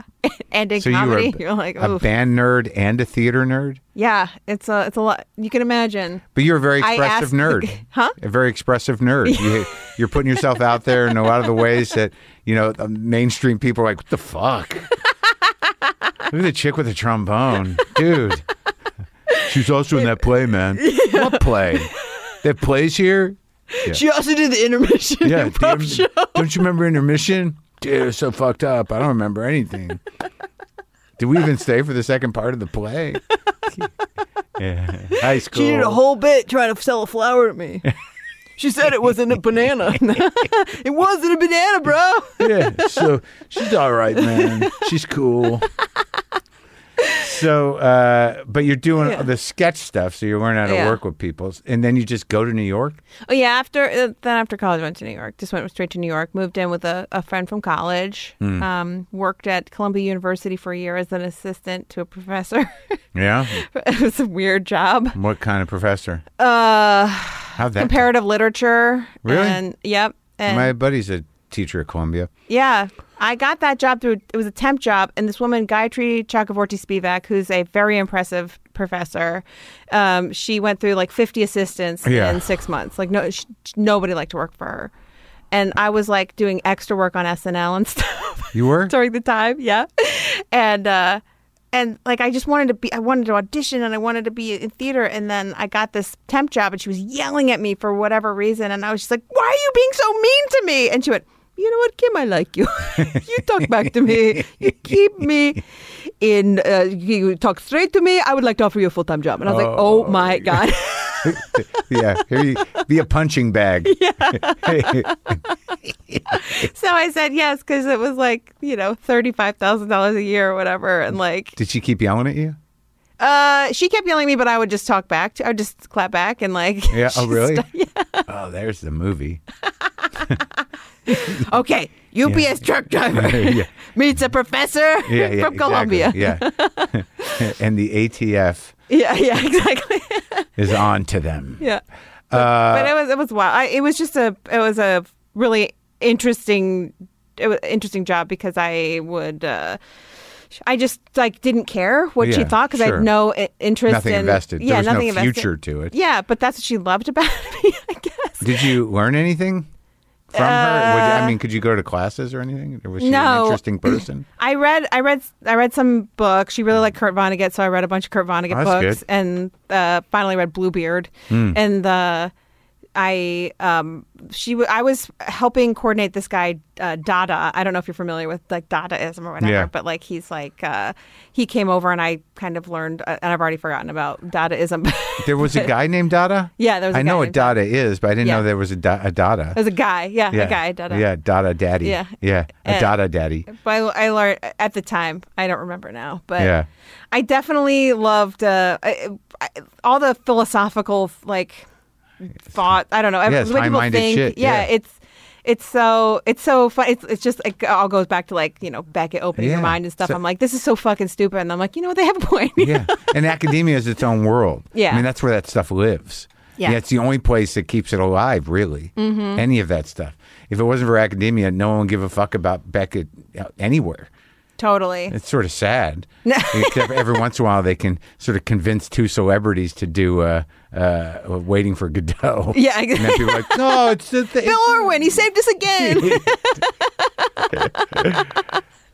and in So you were comedy, a- you're like, a oh, band nerd and a theater nerd, yeah. It's a it's a lot. You can imagine. but you're a very I expressive asked the nerd, g- huh? A very expressive nerd. you, you're putting yourself out there in a lot of the ways that you know the mainstream people are like, "What the fuck? Look at the chick with the trombone, dude." She's also in that play, man. What play? That plays here. She also did the intermission. Yeah, the im- don't you remember intermission? Dude, it was so fucked up. I don't remember anything. Did we even stay for the second part of the play? yeah, high school. She did a whole bit trying to sell a flower to me. She said it wasn't a banana. it wasn't a banana, bro. yeah, so she's all right, man. She's cool. So, uh, but you're doing Yeah. the sketch stuff, so you're learning how to Yeah. work with people, and then you just go to New York. Oh yeah, after uh, then after college I went to New York. Just went straight to New York. Moved in with a, a friend from college. Hmm. Um, worked at Columbia University for a year as an assistant to a professor. Yeah, it was a weird job. what kind of professor? Uh, How'd that? go? comparative literature. Really? And yep. And My buddy's a teacher at Columbia. yeah, I got that job through it was a temp job, and this woman Gayatri Chakravorty Spivak, who's a very impressive professor, um, she went through like 50 assistants Yeah. in six months. Like no, she, nobody liked to work for her, and I was like doing extra work on SNL and stuff. You were? during the time yeah and uh and like i just wanted to be i wanted to audition and i wanted to be in theater and then i got this temp job and she was yelling at me for whatever reason and i was just like why are you being so mean to me and she went you know what kim i like you you talk back to me you keep me in uh, you talk straight to me i would like to offer you a full-time job and i was like oh my god yeah, here you be a punching bag. so i said yes because it was like you know $35000 a year or whatever and like Did she keep yelling at you? Uh, she kept yelling at me, but I would just talk back. To, I would just clap back and like. Yeah. Oh, she's- really? Oh, there's the movie. Okay, UPS truck driver Yeah. meets a professor Yeah, yeah, from Colombia. exactly. Yeah. and the ATF Yeah, yeah, exactly. is on to them. yeah, Uh, but it was it was wild. I, it was just a it was a really interesting it was interesting job because I would. Uh, I just like didn't care what she Yeah, thought because I sure. had no i- interest Nothing in invested. Yeah, there was nothing no invested. future to it. Yeah, but that's what she loved about me, I guess. Did you learn anything from her? Would you, I mean, could you go to classes or anything? Or was she an Uh, No. interesting person? I read, I read, I read some books. She really liked Kurt Vonnegut, so I read a bunch of Kurt Vonnegut Oh, that's books, good. Hmm. and uh, finally read Bluebeard. And the I um she w- I was helping coordinate this guy uh, Dada. I don't know if you're familiar with like Dadaism or whatever, Yeah. but like he's like uh, he came over and I kind of learned, uh, and I've already forgotten about Dadaism. There was a guy named Dada? Yeah, there was a I guy know what named Dada. Dada is, but I didn't Yeah. know there was a, da- a Dada. There's a guy, yeah, yeah. a guy Dada. Yeah, Dada Daddy. Yeah. Yeah, a Uh, Dada Daddy. But I, I learned at the time. I don't remember now, but Yeah. I definitely loved uh, I, I, all the philosophical like thought. I don't know. Yeah, it's when people high-minded think, shit, Yeah, yeah. it's it's so it's so fun. It's it's just it all goes back to like you know Beckett opening Yeah. your mind and stuff. So- I'm like, this is so fucking stupid, and I'm like, you know what? They have a point. yeah. And academia is its own world. Yeah. I mean, that's where that stuff lives. Yeah. it's the only place that keeps it alive, really. Mm-hmm. Any of that stuff. If it wasn't for academia, no one would give a fuck about Beckett uh, anywhere. Totally. It's sort of sad. Except every once in a while, they can sort of convince two celebrities to do uh, uh, Waiting for Godot. Yeah, And then people are like, no, it's the thing. Bill Orwin, he saved us again.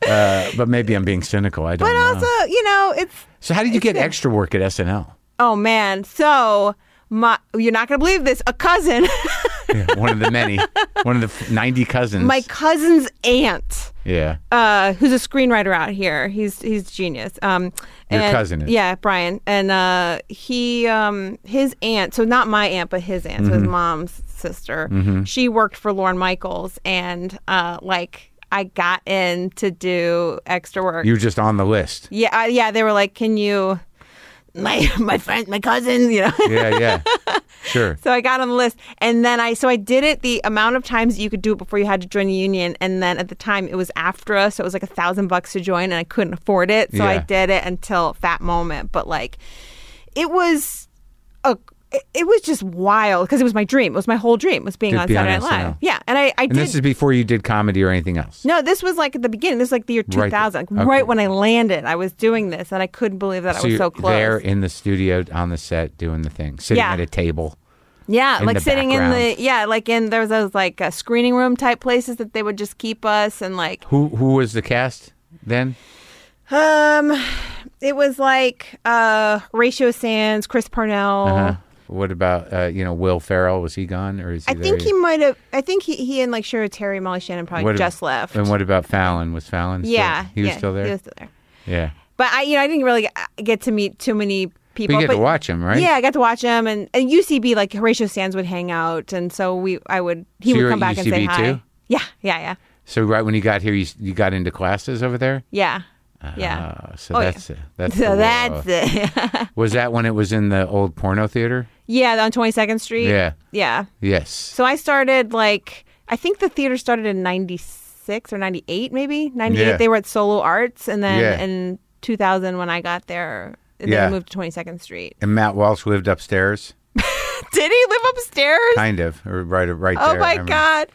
Uh, but maybe I'm being cynical. I don't but know. also, you know, it's so, how did you get extra work at SNL? oh man. So my, you're not gonna believe this. A cousin, Yeah, one of the many, one of the f- 90 cousins. my cousin's aunt, Yeah. uh, who's a screenwriter out here. He's he's genius. Um, Your and- cousin is. yeah, Brian, and uh, he um, his aunt. So not my aunt, but his aunt, Mm-hmm. so his mom's sister. She worked for Lorne Michaels, and uh, like I got in to do extra work. You were just on the list. yeah, I, yeah, they were like, "Can you?" My my friend, my cousin, you know. Yeah, yeah. Sure. So I got on the list, and then I so I did it the amount of times that you could do it before you had to join the union, and then at the time it was AFTRA, so it was like a thousand bucks to join, and I couldn't afford it, so I Yeah. did it until that moment. But like, it was a it- it was just wild because it was my dream. It was my whole dream was being To on be on Saturday Night SNL. Live. Yeah, and I I And did. this is before you did comedy or anything else. no, this was like at the beginning. This was like the year Right. 2000, like Okay. right when I landed. I was doing this, and I couldn't believe that I was you're so close. there in the studio on the set doing the thing, sitting Yeah. at a table. Yeah, in like the sitting in background. the yeah, like in there was those like uh, screening room type places that they would just keep us and like Who who was the cast then? um, it was like uh Horatio Sands, Chris Parnell. Uh, what about uh, you know Will Ferrell? Was he gone or is he? I there think yet? he might have. I think he he and like Shira Terry, Molly Shannon probably What ab- just left. And what about Fallon? Was Fallon? Still, yeah, he was yeah, still there. He was still there. yeah, But I, you know, I didn't really get to meet too many but people. you get to watch him, right? Yeah, I got to watch him, and, and UCB like Horatio Sands would hang out, and so we, I would, he So you would were come at back and say UCB hi. too? Yeah, yeah, yeah, So right when you got here, you s- you got into classes over there. yeah, yeah. Uh, so Oh, yeah. that's it. that's the So world. that's it. was that when it was in the old porno theater? yeah, on 22nd Street. Yeah. Yeah. Yes. So I started like, I think the theater started in 96 or 98, maybe. 98, Yeah. they were at Solo Arts. And then Yeah. in 2000, when I got there, they Yeah. moved to 22nd Street. and Matt Walsh lived upstairs, Did he live upstairs? kind of, or right right Oh there. I my remember. God.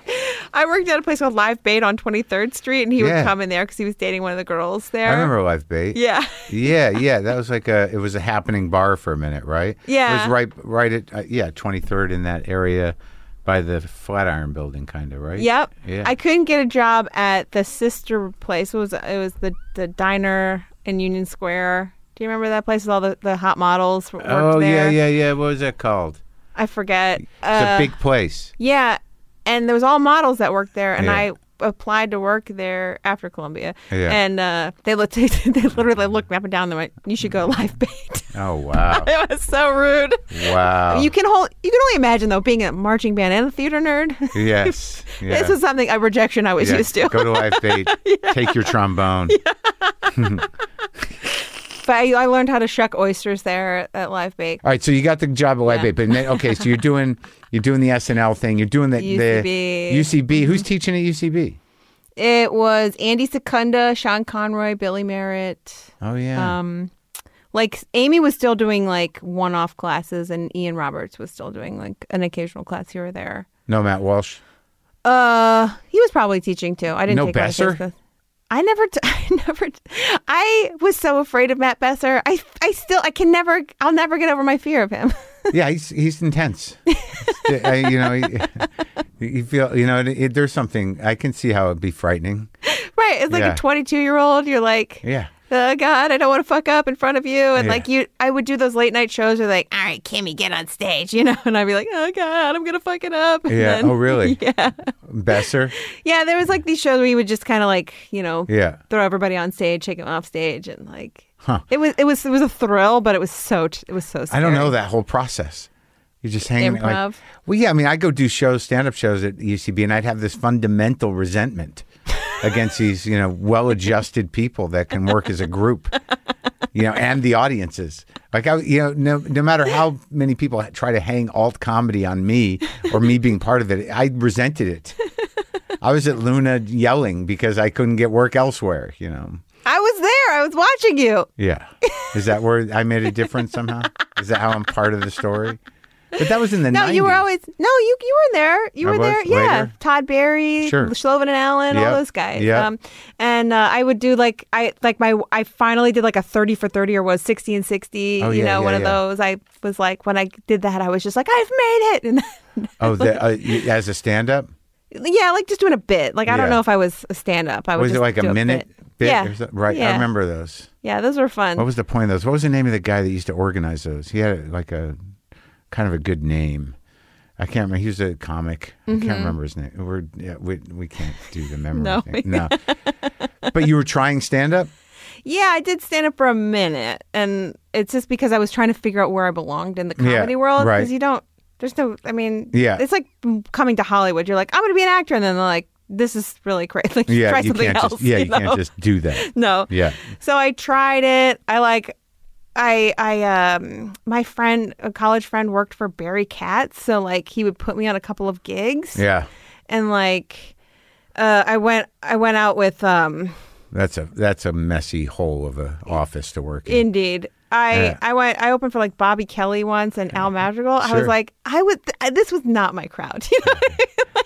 I worked at a place called Live Bait on 23rd Street, and he Yeah. would come in there because he was dating one of the girls there. I remember Life Bait. Yeah. yeah, yeah. That was like a it was a happening bar for a minute, right? it Yeah. was right right at uh, yeah twenty third in that area by the Flatiron Building, kind of right. Yep. Yeah. I couldn't get a job at the sister place. It was it was the the diner in Union Square. Do you remember that place with all the, the hot models w- worked oh there? yeah, yeah, yeah. What was that called? It's I forget. a Uh, big place. yeah, and there was all models that worked there, and Yeah. I applied to work there after Columbia. Yeah. And uh, they looked they literally looked me up and down. They went, "You should go live bait." Oh wow, it was so rude. wow. You can hold. You can only imagine though, being a marching band and a theater nerd. yes, yeah. This was something a rejection I was Yeah. used to. Go to Life Bait. Take your trombone. But I, I learned how to shuck oysters there at Live Bake. All right, so you got the job at Live Bait, but then, okay, so you're doing you're doing the SNL thing. You're doing the UCB. the UCB. Mm-hmm. Who's teaching at UCB? It was Andy Secunda, Sean Conroy, Billy Merritt. Oh yeah. Um, like Amy was still doing like one-off classes, and Ian Roberts was still doing like an occasional class here or there. no, Matt Walsh. Uh, he was probably teaching too. I didn't No take my Besser? class. I never, t- I never, t- I was so afraid of Matt Besser. I, I still, I can never, I'll never get over my fear of him. yeah, he's he's intense. I, you know, he, you feel you know. It, it- there's something I can see how it'd be frightening. right. It's like Yeah. a 22 year old. You're like, Yeah, oh god i don't want to fuck up in front of you and Yeah. like you i would do those late night shows where like all right kimmy get on stage you know and i'd be like oh god i'm gonna fuck it up And yeah. then- oh, really? Yeah. Besser. yeah there was like these shows where you would just kind of like you know Yeah. throw everybody on stage take them off stage and like Huh. it was it was it was a thrill but it was so t- it was so I scary. don't know that whole process. You're just hanging like- Improv. well, yeah. I mean, I go do shows, stand-up shows at UCB, and I'd have this fundamental resentment against these, you know, well-adjusted people that can work as a group, you know, and the audiences. Like, I, you know, no, no matter how many people try to hang alt comedy on me or me being part of it, I resented it. I was at Luna yelling because I couldn't get work elsewhere. You know. i was there i was watching you Yeah. Is that where I made a difference somehow? Is that how I'm part of the story? But that was in the No, 90s. you were always no, you you were there. You I were was there, yeah. later. Todd Berry, Sure. Slovan and Allen, Yep. all those guys. Um, Yep. and uh, I would do like I like my I finally did like a thirty for thirty or was sixty and sixty. Oh, you yeah, know, yeah, one of yeah. those. I was like when I did that, I was just like I've made it, and Oh, the, uh, you- as a stand up? yeah, like just doing a bit. Like I Yeah. don't know if I was a stand up. I would Was it just like do a minute bit. bit? yeah, or something? Right. I Yeah. remember those. Yeah, those were fun. What was the point of those? What was the name of the guy that used to organize those? He had like a kind of a good name. I can't remember. He was a comic. I can't remember his name. We're yeah, we we can't do the memory Mm-hmm. No. thing. No. but you were trying stand up? Yeah, I did stand up for a minute, and it's just because I was trying to figure out where I belonged in the Yeah, comedy world. right. you don't, there's no, I mean, Yeah. it's like coming to Hollywood. You're like, I'm going to be an actor, and then they're like, this is really great. Like, Yeah, try you something can't else. just yeah, you, know? can't just do that. no. Yeah. So I tried it. I like, I, I, um, my friend, a college friend, worked for Barry Katz, so like he would put me on a couple of gigs, Yeah. and like, uh, I went, I went out with, um, That's a that's a messy hole of a office to work in. Indeed. I, Yeah. Mm-hmm. I went I opened for like Bobby Kelly once and Al Madrigal. I Sure. was like I would I, this was not my crowd. You know?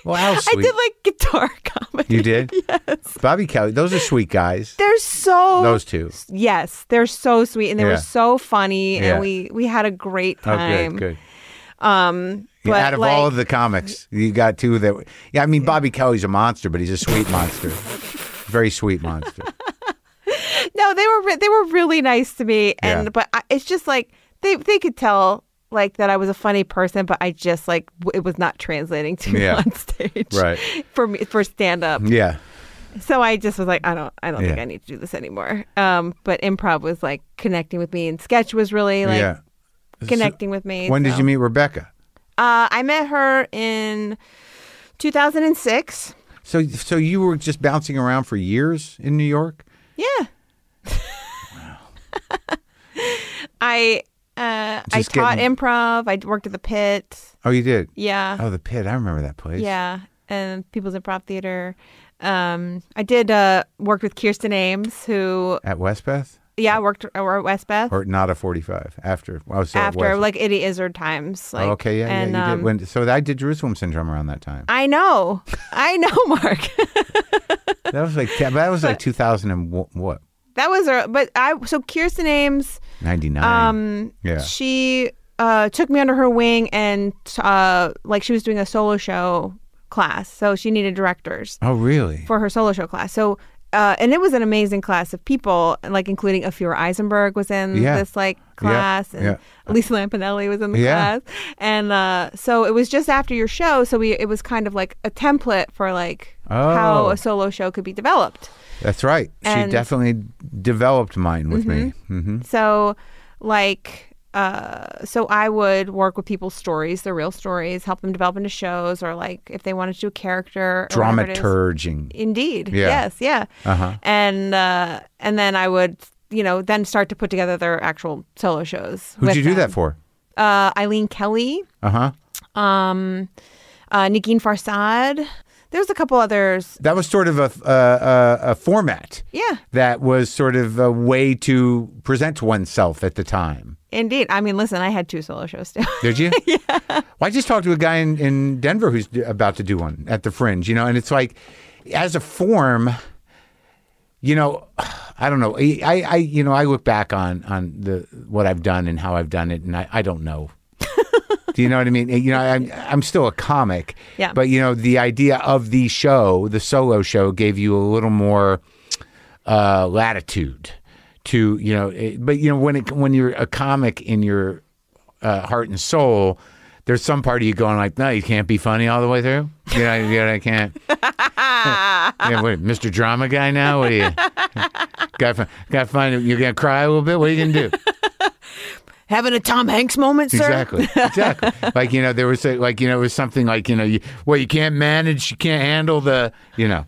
Well, how I sweet. did like guitar comedy. you did? yes. Bobby Kelly, those are sweet guys. They're so Those two. yes they're so sweet and they Yeah. were so funny Yeah. and we we had a great Oh, time. good, good. Um, Yeah, but out of like, all of the comics, you got two that. Yeah, I mean Bobby Kelly's a monster, but he's a sweet monster, very sweet monster. no, they were re- they were really nice to me and Yeah. but I, it's just like they they could tell like that I was a funny person, but I just like w- it was not translating to me Yeah. on stage Right. for me for stand up. Yeah, So I just was like, I don't, I don't think Yeah. I need to do this anymore. Um, but improv was like connecting with me, and sketch was really like yeah. connecting with me. When did so- you meet Rebecca? Uh, I met her in 2006. So, so you were just bouncing around for years in New York. Yeah. I uh, I Just taught getting- improv. I worked at the Pit. Oh, you did. Yeah. Oh, the pit. I remember that place. Yeah, and People's Improv Theater. Um, I did uh, worked with Kirsten Ames, who At Westbeth yeah I worked I worked at West Beth. or not a forty-five after. Oh, so it after was. like Itty Izzard times. Like, oh, okay, yeah, and, yeah. You um, did. When, so I did Jerusalem Syndrome around that time. I know, I know, Mark. That was like that was like two thousand and wha- what that was her, but I so Kirsten Ames. ninety-nine. Um, Yeah. she uh took me under her wing and uh like she was doing a solo show class, so she needed directors oh, really? for her solo show class. So. Uh, and it was an amazing class of people, like including Afira Eisenberg was in Yeah. this like class, and yeah. Lisa Lampanelli was in the Yeah. class, and uh, so it was just after your show. So we it was kind of like a template for like Oh. how a solo show could be developed. That's right. she And- Mm-hmm. definitely developed mine with me. hmm So, like, uh, so I would work with people's stories, their real stories, help them develop into shows, or like if they wanted to do a character, or whatever it is. Dramaturging. Indeed. Yeah. Uh-huh. Yes. Yeah. And uh, and then I would, you know, then start to put together their actual solo shows. Who'd with you do them. that for? Uh, Eileen Kelly, Uh huh. um, uh, Nikine Farsad. There's a couple others. That was sort of a a, a, a format Yeah. that was sort of a way to present oneself at the time. Indeed. I mean, listen, I had two solo shows too. Did you? yeah. Well, I just talked to a guy in, in Denver who's d- about to do one at the Fringe, you know, and it's like, as a form, you know, I don't know. I, I, I- you know, I look back on on the what I've done and how I've done it, and I, I don't know. do you know what I mean? You know, I'm I'm still a comic, Yeah. But you know, the idea of the show, the solo show, gave you a little more uh, latitude to you know it- but you know when it when you're a comic in your uh, heart and soul there's some part of you going like no you can't be funny all the way through you know, you know, i can't yeah, what, mr drama guy now what are you got got find you're gonna cry a little bit what are you gonna do Having a Tom Hanks moment, sir? Exactly. Exactly. like you know, there was a, like you know, it was something like you know, you, well, you can't manage, you can't handle the, you know.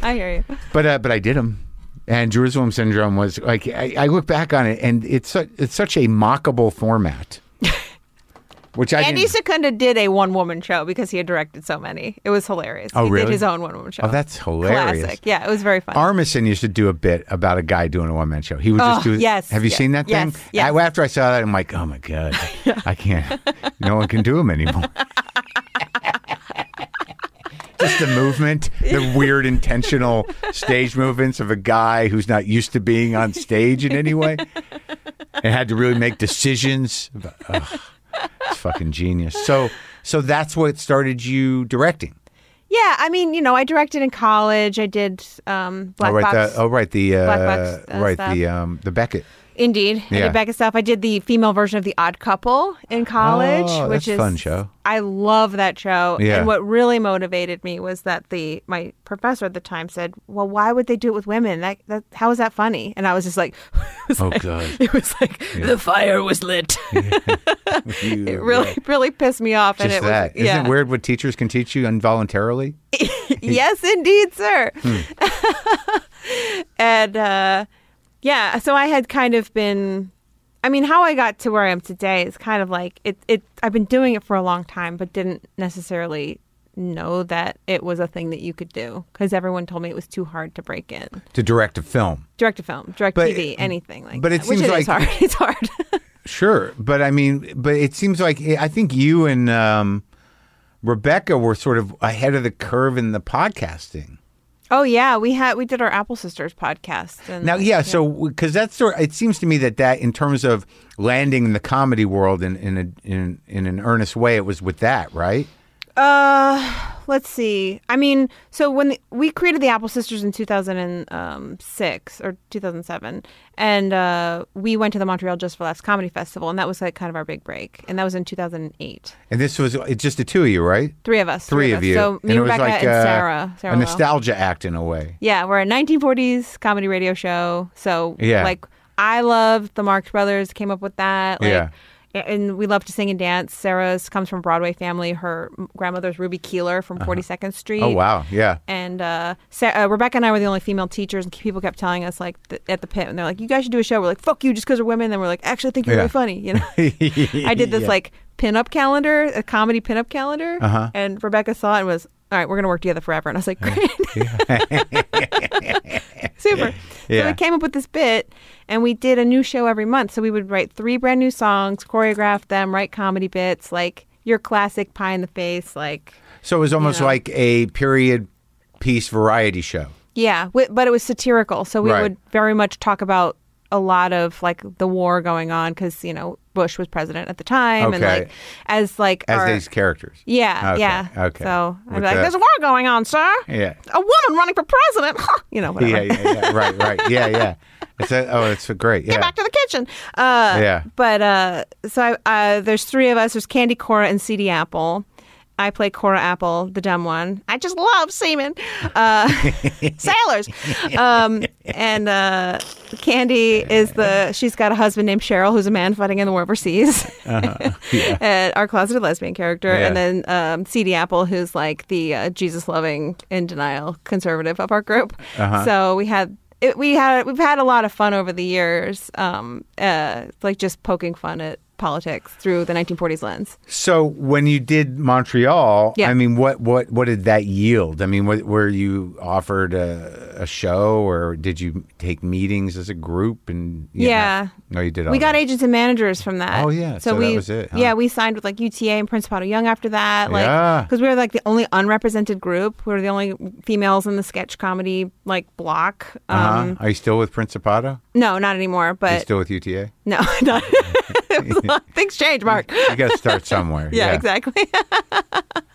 I hear you. But uh, but I did them. And Jerusalem Syndrome was like I, I look back on it, and it's su- it's such a mockable format. which I Andy didn't. Secunda did a one woman show because he had directed so many. It was hilarious. Oh, he really? did his own one woman show. Oh, that's hilarious. Classic. Yeah, it was very fun. Armisen used to do a bit about a guy doing a one man show. He would just Oh, do. yes, Have you yes, seen that yes, thing? yes. I, after I saw that, I'm like, oh my god, I can't. No one can do him anymore. just the movement, the weird intentional stage movements of a guy who's not used to being on stage in any way, and had to really make decisions. But, ugh, it's fucking genius. So, so that's what started you directing. yeah, I mean, you know, I directed in college. I did um, Black oh right, Box. the oh right the uh, Black Box, uh, right stuff. the um the Beckett. Indeed. I Yeah. did Becca stuff. I did the female version of The Odd Couple in college, Oh, which that's is a fun show. I love that show. Yeah. And what really motivated me was that the my professor at the time said, "Well, why would they do it with women? That, that how is that funny?" And I was just like, it was Oh, like- God. It was like the fire was lit. it really really pissed me off and just it that. was yeah. not it weird what teachers can teach you involuntarily? yes, indeed, sir. and uh, yeah, so I had kind of been. I mean, how I got to where I am today is kind of like it. It I've been doing it for a long time, but didn't necessarily know that it was a thing that you could do because everyone told me it was too hard to break in. To direct a film, Direct to film, direct But- TV, anything like. but it that, which seems like- is hard. It's hard. sure, but I mean, but it seems like eh, I think you and um, Rebecca were sort of ahead of the curve in the podcasting. oh yeah, we had we did our Apple Sisters podcast. And Now, yeah, so because that's sort. It seems to me that that in terms of landing in the comedy world in in a, in in an earnest way, it was with that, right? Uh, let's see. I mean, so when the, we created the Apple Sisters in 2006 or 2007, and uh, we went to the Montreal Just for Laughs Comedy Festival, and that was like kind of our big break, and that was in 2008. And this was it's just the two of you, right? Three of us. Three of you. us. So me, and it was Rebecca, like and uh, Sarah. Sarah a Lowe. nostalgia act in a way. Yeah, we're a 1940s comedy radio show. So Yeah. like I loved the Marx Brothers. Came up with that. Like, Yeah. And we love to sing and dance. Sarah's comes from a Broadway family. Her grandmother's Ruby Keeler from 42nd Street Oh wow, yeah. and uh, Sa- uh, Rebecca and I were the only female teachers, and people kept telling us like th- at the pit, and they're like, "You guys should do a show." We're like, "Fuck you," just because we're women. Then we're like, "Actually, I think you're Yeah. really funny." You know, I did this Yeah. like pin-up calendar, a comedy pin-up calendar, Uh-huh. and Rebecca saw it and was, "All right, we're gonna work together forever." And I was like, "Great, super." So Yeah. we came up with this bit, and we did a new show every month. So we would write three brand new songs, choreograph them, write comedy bits, like your classic pie in the face, like So it was almost know. like a period piece variety show. Yeah, wi- but it was satirical, so we Right. would very much talk about a lot of like the war going on because you know Bush was president at the time, and Okay. like as like As our- these characters. yeah, Okay, yeah. Okay. So I'd be With like, the- "There's a war going on, sir. Yeah. A woman running for president. you know, whatever. Yeah, yeah, yeah. Right, right. Yeah, yeah. It's a, oh, it's a great. Yeah. Get back to the kitchen. Uh, Yeah. But uh, so I, uh, there's three of us. There's Candy, Cora, and CD Apple. I play Cora Apple, the dumb one. I just love semen, uh, sailors. Um, and uh, Candy is the she's got a husband named Cheryl who's a man fighting in the war overseas. and our closeted lesbian character, and Yeah. then um, CD Apple who's like the uh, Jesus loving in denial conservative of our group. Uh-huh. So we had it, we had we've had a lot of fun over the years, um, uh, like just poking fun at politics through the 1940s lens. so when you did Montreal, Yeah. I mean, what, what, what did that yield? I mean, what, were you offered a, a show or did you take meetings as a group? And you know- Yeah. no, you did. All we got that. agents and managers from that. Oh, yeah. So that we was it, huh? yeah we signed with like UTA and Principado Young after that, like Yeah. because we were like the only unrepresented group. We were the only females in the sketch comedy like block. Um, Uh-huh. Are you still with Principato? No, not anymore. Are you But still with UTA? no, not, things change, Mark. You got to start somewhere. Yeah, exactly.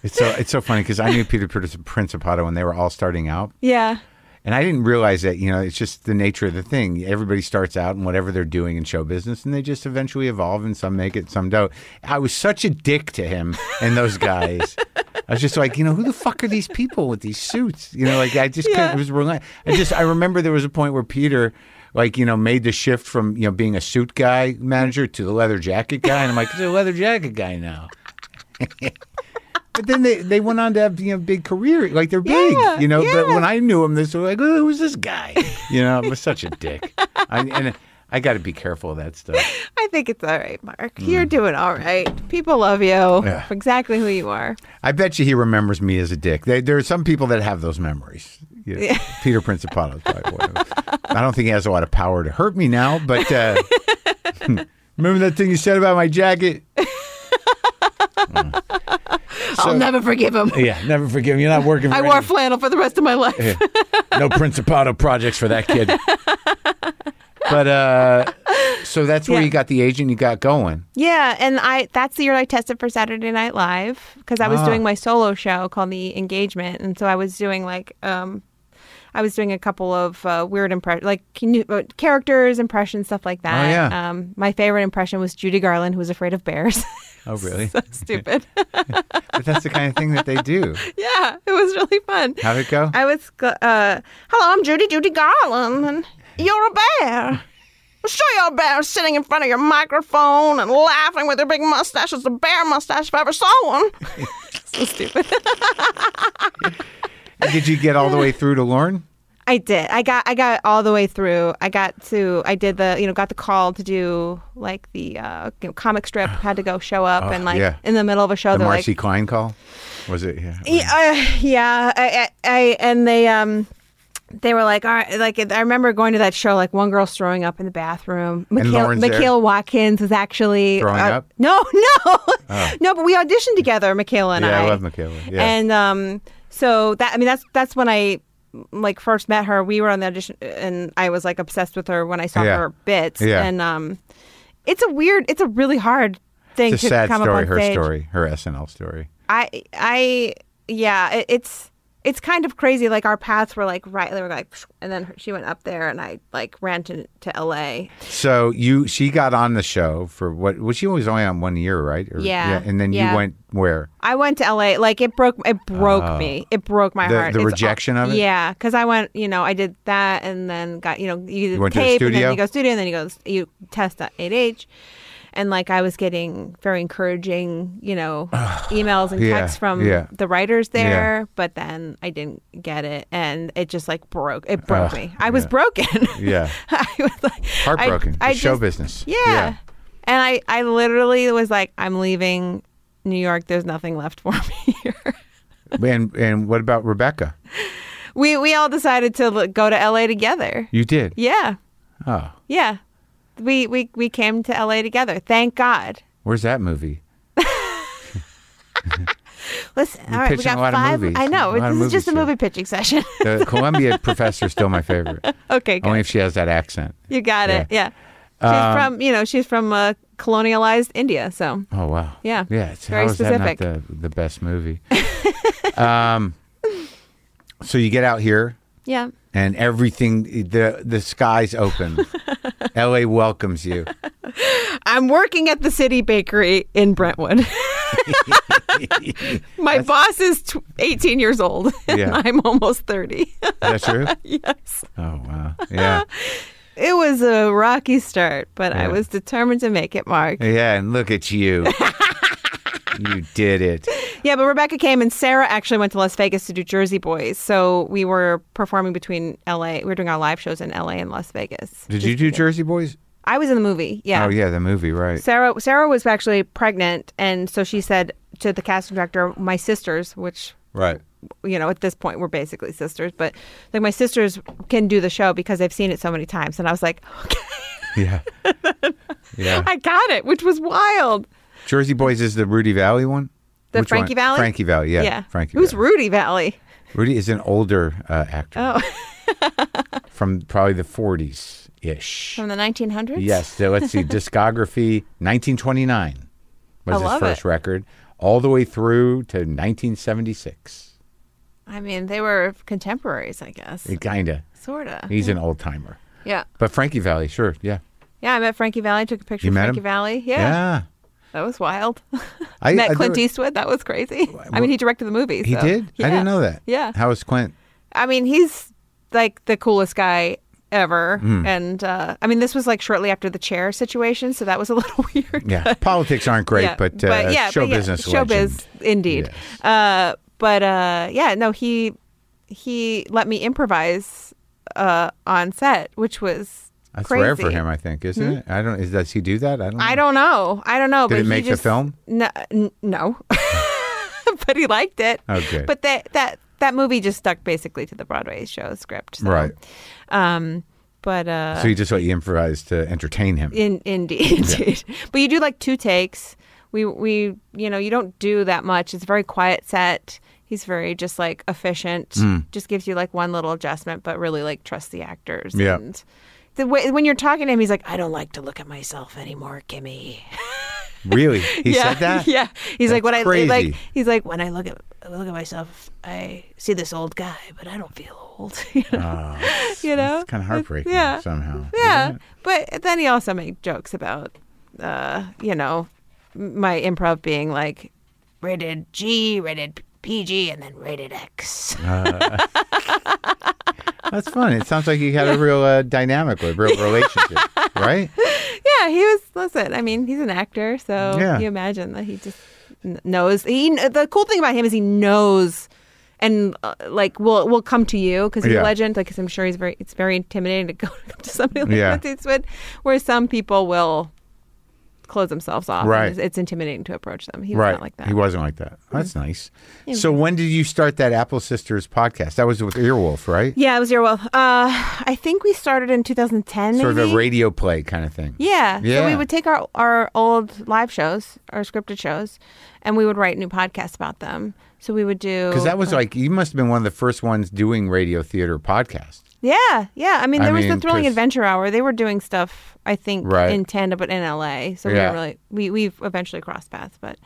It's so it's so funny because I knew Peter Prince- Principato when they were all starting out, yeah. and I didn't realize that you know it's just the nature of the thing. Everybody starts out in whatever they're doing in show business, and they just eventually evolve, and some make it, some don't. I was such a dick to him and those guys. I was just like, you know, who the fuck are these people with these suits? You know, like I just couldn't. Yeah. It was rela- I just I remember there was a point where Peter. Like you know, made the shift from you know being a suit guy manager to the leather jacket guy, and I'm like, he's a leather jacket guy now. But then they, they went on to have you know big career like they're big Yeah, you know. But yeah. when I knew him, this was like oh, who's this guy? You know, I was such a dick. I, and I got to be careful of that stuff. I think it's all right, Mark. You're doing all right. People love you Mm. Yeah. for exactly who you are. I bet you he remembers me as a dick. They, there are some people that have those memories. You know, Peter Principato. is probably one of them. I don't think he has a lot of power to hurt me now, but uh, remember that thing you said about my jacket? I'll never forgive him. Yeah, never forgive me. You're not working. For I any- wore flannel for the rest of my life. Eh, no Principato projects for that kid. but uh, so that's where Yeah. you got the agent you got going. Yeah, and I that's the year I tested for Saturday Night Live because I was Ah. doing my solo show called The Engagement, and so I was doing like um, I was doing a couple of uh, weird impressions, like can you- uh, characters, impressions, stuff like that. Oh, yeah. Um, my favorite impression was Judy Garland, who was afraid of bears. Oh, really? so stupid. but that's the kind of thing that they do. yeah, it was really fun. How'd it go? I was go- uh, hello, I'm Judy Judy Garland, and you're a bear. I'm sure you're a bear sitting in front of your microphone and laughing with your big mustache. It's a bear mustache if I ever saw one. so stupid. Did you get all the way through to Lauren? I did. I got. I got all the way through. I got to. I did the. You know, got the call to do like the uh, you know, comic strip. Had to go show up and like Oh, yeah. in the middle of a show. The they're Marcy like, Klein call? Was it? Yeah. Yeah, uh, yeah. I, I, I and they um they were like, all right, like I remember going to that show. Like one girl's throwing up in the bathroom. Mikhail, Lauren's there? Mikhail Watkins is actually Throwing uh, up? Oh. No, no, no. But we auditioned together, Mikhail and Yeah, I I. love Michaela. Yeah. And um, so that I mean that's that's when I like first met her. We were on the audition, and I was like obsessed with her when I saw Yeah. her bits. Yeah. And um, it's a weird, it's a really hard thing it's a to sad come up story, on her stage. story, her SNL story. I I yeah, it, it's it's kind of crazy. Like our paths were like right, they were like, and then she went up there, and I like ran to to L.A. So you, she got on the show for what? Was she always only on one year, right? Or- Yeah. And then Yeah. you went where? I went to L.A. Like it broke it broke me. It broke my Oh. The- heart. the It's- rejection of it? Yeah, because I went, you know, I did that, and then got you know you, went to the tape, and studio? then you go studio, and then you go you test at 8H. And like I was getting very encouraging, you know, emails and Yeah, texts from yeah. the writers there, but then I didn't get it, and it just like broke. It broke Ugh, me. I was yeah. broken. Yeah. I was like Heartbroken. I, I It's show just- business. Yeah. and I I literally was like, I'm leaving New York. There's nothing left for me here. yeah. And and what about Rebecca? We we all decided to l- go to LA together. You did. Yeah, Oh, yeah. We we we came to LA together. Thank God. where's that movie? Listen, all right, we pitching got a lot of five. movies. I A know lot of this is movies just a here. movie pitching session. The Columbia professor is still my favorite. okay, good. Only if she has that accent. you got it. Yeah, she's Um, from you know she's from uh, colonialized India, so Oh wow. Yeah. Yeah. It's, Very how is that not specific. the, the best movie? um, so you get out here yeah. and everything the the sky's open. LA welcomes you. I'm working at the City Bakery in Brentwood. My boss is tw 18 years old, and Yeah. I'm almost 30. That's true? yes. Oh wow. Yeah. It was a rocky start, but I Yeah. was determined to make it, Mark. Yeah, and look at you. you did it. Yeah, but Rebecca came, and Sarah actually went to Las Vegas to do Jersey Boys. So we were performing between LA. We were doing our live shows in LA and Las Vegas. Did you do Jersey Boys? I was in the movie. Yeah. Oh yeah, the movie, right. Sarah Sarah was actually pregnant, and so she said to the casting director, "My sisters," which Right. you know, at this point we're basically sisters, but like my sisters can do the show because they've seen it so many times. And I was like, okay, Yeah. Yeah. I got it, which was wild. Jersey Boys is the Rudy Valley one? The Which one? Frankie Valley? Frankie Valley, yeah. yeah. Frankie Who's Valley. Rudy Valley? Rudy is an older uh, actor. Oh. from probably the 40s ish. From the 1900s? Yes. So let's see. Discography 1929 was I love his first it. record, all the way through to 1976. I mean, they were contemporaries, I guess. Kind of. Sort of. He's an old timer. Yeah. But Frankie Valley, sure. Yeah. Yeah, I met Frankie Valley, took a picture You of met Frankie him? Valley. Yeah, Yeah. That was wild. I- I met do- Clint Eastwood. That was crazy. I mean, he directed the movie. He so- did? I Yeah. didn't know that. Yeah. How was Clint? I mean, he's like the coolest guy ever. Hmm. And uh, I mean, this was like shortly after the chair situation, so that was a little weird. Yeah. Politics aren't great, Yeah, but, uh, show but yeah, business showbiz, legend. indeed. Uh, but uh, yeah, no, he he let me improvise uh, on set, which was That's rare for Crazy. Hmm? him, I think, isn't it? I don't. Is, does he do that? I don't. I don't know. I don't know. Mm. Did but it he make the just- film? No, n- no. but he liked it. Oh, good. But that that that movie just stuck basically to the Broadway show script. so, Right. Um, but uh, So you just let you improvise to entertain him. in indeed, indeed. But you do like two takes. We we you know you don't do that much. It's a very quiet set. He's very just like efficient. Mm. Just gives you like one little adjustment, but really like trust the actors. Yeah. And the way when you're talking to him, he's like, I don't like to look at myself anymore, Kimmy. Really? He said that? Yeah. He's like, when That's I it, like, crazy. he's like, when I look at I look at myself, I see this old guy, but I don't feel old. you Oh, know, you know? It's kind of Ah, heartbreaking yeah. somehow. yeah. But then he also made jokes about, uh, you know, my improv being like rated G, rated PG, and then rated X. That's fun. It sounds like you had a real uh, dynamic with real relationship, right? yeah, he was. Listen, I mean, he's an actor, so Yeah. you imagine that he just kn- knows. He the cool thing about him is he knows, and uh, like will will come to you because he's Yeah. a legend. Like, i I'm sure he's very. It's very intimidating to go up to somebody like Yeah. Clint Eastwood, where some people will close themselves off. and Right. it's, it's intimidating to approach them. He was Right. not like that. Mm-hmm. He wasn't like that. That's nice. So when did you start that Apple Sisters podcast? That was with Earwolf, right? Yeah, it was your wealth. Uh, I think we started in 2010. Sort of maybe? a radio play kind of thing. Yeah. So Yeah. we would take our, our old live shows, our scripted shows, and we would write new podcasts about them. So we would do Because that was like you must have been one of the first ones doing radio theater podcasts. Yeah, yeah. I mean I there was mean, the Thrilling 'cause- Adventure Hour. They were doing stuff I think Right. in tandem but in LA. So we Yeah. were really we we've eventually crossed paths, but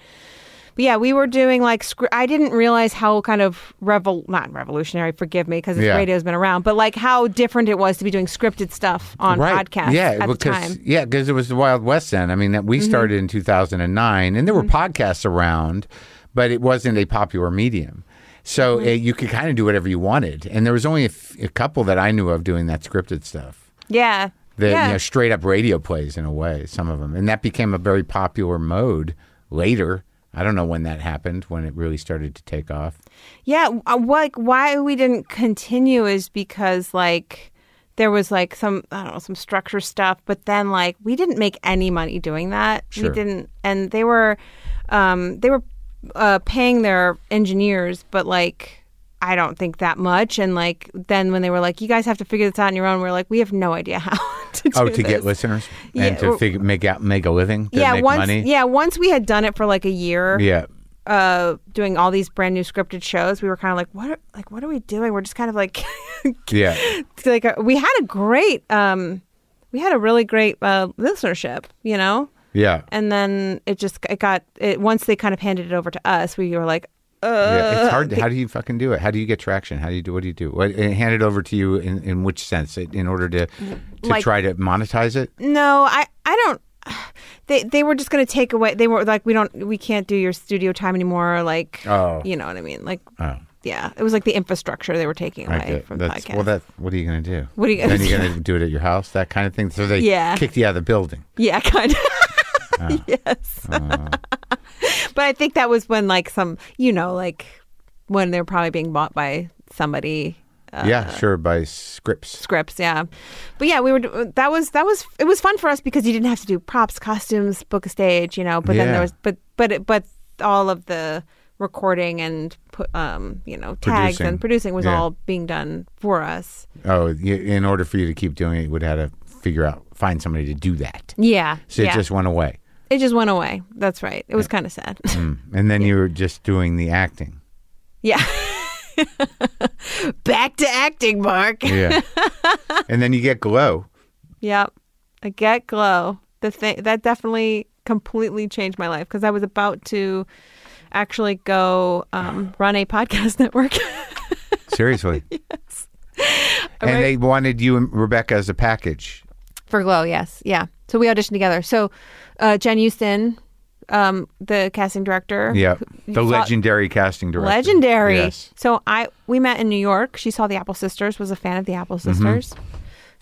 but yeah, we were doing like scr- I didn't realize how kind of revol not revolutionary, forgive me, because Yeah. radio's been around, but like how different it was to be doing scripted stuff on right. podcasts yeah, at because, the time. Mm-hmm. Yeah, because it was the Wild West then. I mean, that we started in 2009, and there were podcasts around, but it wasn't a popular medium. So uh, you could kind of do whatever you wanted. And there was only a, f- a couple that I knew of doing that scripted stuff. Yeah. The yeah. you know, straight up radio plays in a way, some of them. And that became a very popular mode later. I don't know when that happened, when it really started to take off. Yeah, uh, what why we didn't continue is because like there was like some I don't know some structure stuff, but then like we didn't make any money doing that. Sure. We didn't, and they were um, they were uh, paying their engineers, but like. I don't think that much, and like then when they were like, "You guys have to figure this out on your own," we are like, "We have no idea how to do Oh, to get this." listeners Yeah, and to or- figure, make out make a living, to yeah, make once money. yeah, once we had done it for like a year, yeah. uh, doing all these brand new scripted shows, we were kind of like, what? Are, like, what are we doing? We're just kind of like, Yeah. like uh, we had a great, um, we had a really great uh, listenership, you know. Yeah. And then it just it got it once they kind of handed it over to us, we were like, uh, Yeah, it's hard. To, how do you fucking do it? How do you get traction? How do you do? What do you do? What, and hand it over to you in, in which sense? In in order to to Mm, Like- try to monetize it? no, I I don't. They they were just going to take away. They were like, we don't, we can't do your studio time anymore. Like, Oh. you know what I mean? Like, Oh, yeah, it was like the infrastructure they were taking I away get- from that's podcasts. well. That what are you going to do? What are you gonna then you're do? going to do it at your house, that kind of thing. So they Yeah. kicked you out of the building. Yeah, kind of. yes. Uh-huh. but I think that was when, like, some, you know, like when they're probably being bought by somebody. Uh, yeah, sure. By scripts. Scripts, yeah, but yeah, we were. That was that was. It was fun for us because you didn't have to do props, costumes, book a stage, you know. But then Yeah. there was, but but it, but all of the recording and pu- um, you know, tags Producing. and producing was Yeah. all being done for us. Oh, you, in order for you to keep doing it, you would have to figure out find somebody to do that. Yeah, So yeah. it just went away, Hmm. it just went away. That's right. It was kind of sad. and then you were just doing the acting. Yeah. Back to acting, Mark. Yeah, and then you get glow. Yep. I get glow. The thing that definitely completely changed my life because I was about to actually go um, run a podcast network. Seriously. yes. And they wanted you and Rebecca as a package. For Glow, yes. Yeah. So we auditioned together. So uh, Jen Houston, um, the casting director. Yeah. who- The saw- legendary casting director. Legendary. Yes. So I we met in New York. She saw the Apple Sisters, was a fan of the Apple Mm-hmm. Sisters.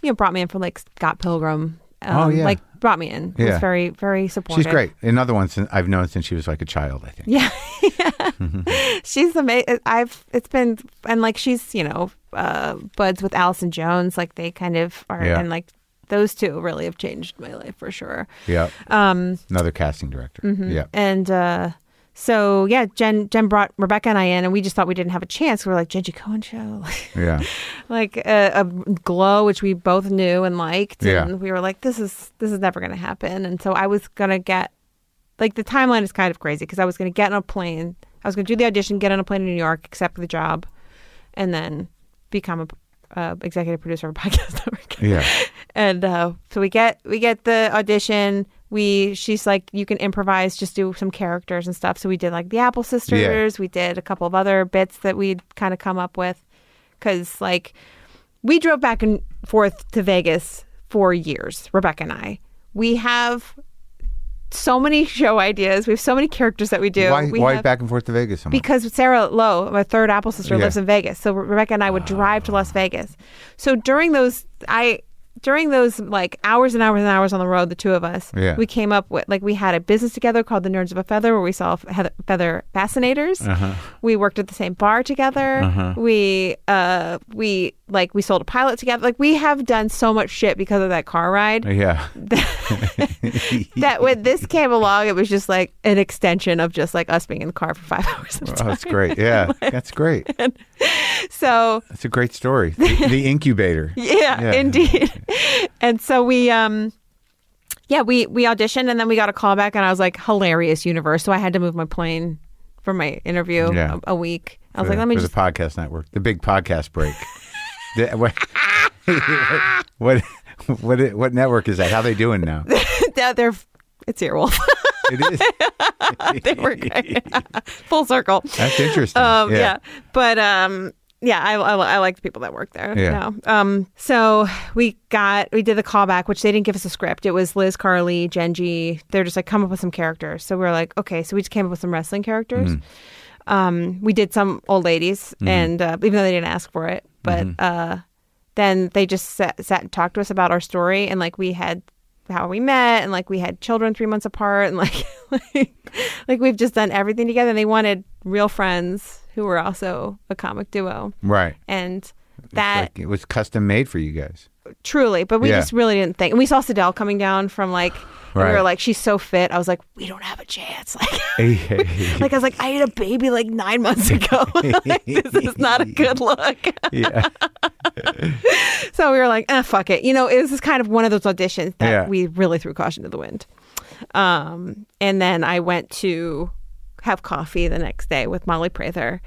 You know, brought me in for like Scott Pilgrim. Um, Oh, yeah. Like brought me in. Yeah. Was very very supportive. She's great. Another one since I've known since she was like a child, I think. Yeah. she's amazing. I've it's been and like she's you know uh, buds with Allison Jones. Like they kind of are Yeah. and like those two really have changed my life for sure. Yeah. Um, mm-hmm. Another casting director. Yeah. and uh, so yeah, Jen Jen brought Rebecca and I in, and we just thought we didn't have a chance. We were like Genji Cohen show, Yeah. like a, a glow, which we both knew and liked, Yeah. and we were like, this is this is never going to happen. And so I was going to get like the timeline is kind of crazy because I was going to get on a plane, I was going to do the audition, get on a plane to New York, accept the job, and then become a uh, executive producer of a podcast network Yeah. and uh, so we get we get the audition. We she's like you can improvise, just do some characters and stuff. So we did like the Apple Sisters. We did a couple of other bits that we'd kind of come up with because like we drove back and forth to Vegas for years. Rebecca and I, we have so many show ideas. We have so many characters that we do. Why, we why have- back and forth to Vegas? so much? because Sarah Lowe, my third Apple sister, Yeah. Ah. lives in Vegas. So Rebecca and I would drive to Las Vegas. So during those, I during those like hours and hours and hours on the road, the two of us, Yeah. we came up with like we had a business together called the Nerds of a Feather, where we saw feather, feather fascinators. Uh-huh. We worked at the same bar together. We uh we like we sold a pilot together. Like we have done so much shit because of that car ride yeah. that when this came along, it was just like an extension of just like us being in the car for five hours. Oh, that's great. Yeah. That's great. So That's a great story. The, the incubator. Yeah, Yeah. indeed. and so we um yeah, we we auditioned and then we got a call back and I was like hilarious universe. So I had to move my plane for my interview Yeah. a, a week. I was for, like, let me for just the podcast network, the big podcast break. The- what, what what what network is that? How they doing now? yeah, they're it's Earwolf. It is. they were great. full circle. That's interesting. Um, yeah. but um, yeah, I, I, I like the people that work there. Yeah. No. Um, so we got we did the callback, which they didn't give us a script. It was Liz Carly, Genji. They're just like come up with some characters. So we were like, okay, so we just came up with some wrestling characters. Um, we did some old ladies, and uh, even though they didn't ask for it, but uh, then they just sat, sat and talked to us about our story, and like we had how we met, and like we had children three months apart, and like like, like we've just done everything together. And they wanted real friends who were also a comic duo, Right. and that like it was custom made for you guys. truly. But we Yeah. just really didn't think. And we saw Sidell coming down from like. and We Right. were like, she's so fit. I was like, we don't have a chance. Like, yeah. like I was like, I had a baby like nine months ago. Like, this is not a good look. so we were like, eh, fuck it. You know, it was just kind of one of those auditions that Yeah. we really threw caution to the wind. Um, and then I went to have coffee the next day with Molly Prather,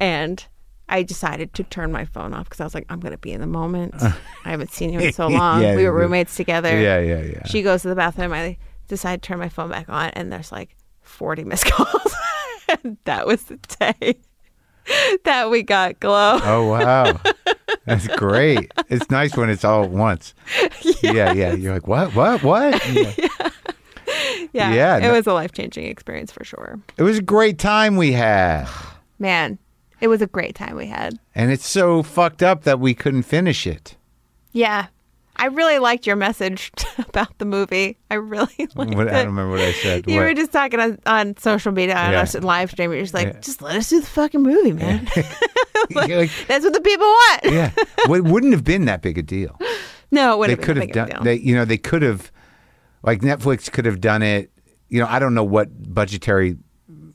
and I decided to turn my phone off because I was like, I'm going to be in the moment. I haven't seen you in so long. Yeah, we were yeah. roommates together. Yeah, yeah, yeah. She goes to the bathroom. I decide to turn my phone back on, and there's like 40 missed calls. and that was the day that we got glow. Oh wow. That's great. It's nice when it's all at once. Yeah, yeah. You're like, what, what, what? Yeah. Yeah, yeah, it no- was a life changing experience for sure. It was a great time we had. Man, it was a great time we had. And it's so fucked up that we couldn't finish it. Yeah. I really liked your message about the movie. I really liked What- it. I don't remember what I said. You What? were just talking on, on social media on Yeah. us in live stream. You're just like, Yeah. just let us do the fucking movie, man. You're like, That's what the people want. yeah. Well, it wouldn't have been that big a deal. No, it would They have been could a have big of a done deal. they you know, they could have like Netflix could have done it. You know, I don't know what budgetary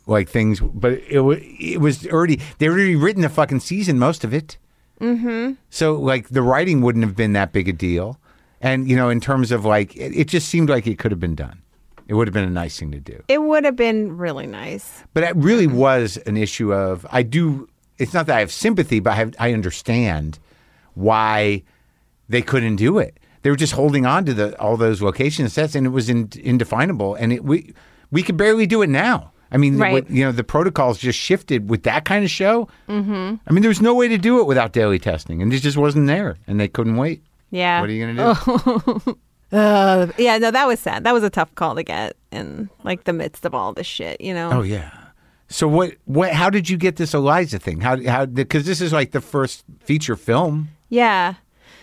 like things, but it wa it was already they already written the fucking season most of it. Mm-hmm. So like the writing wouldn't have been that big a deal, and you know, in terms of like it, it just seemed like it could have been done. It would have been a nice thing to do. It would have been really nice. But it really Mm-hmm. was an issue of I do. It's not that I have sympathy, but I, have, I understand why they couldn't do it. They were just holding on to the all those location sets, and it was in, indefinable. And it, we we could barely do it now. I mean, Right. what- you know, the protocols just shifted with that kind of show. Mm-hmm. I mean, there was no way to do it without daily testing, and it just wasn't there, and they couldn't wait. Yeah. Oh. What are you going to do? Uh, yeah, no, that was sad. That was a tough call to get in like the midst of all this shit, you know? Oh yeah. So what? What? How did you get this Eliza thing? How? How? Because this is like the first feature film. Yeah.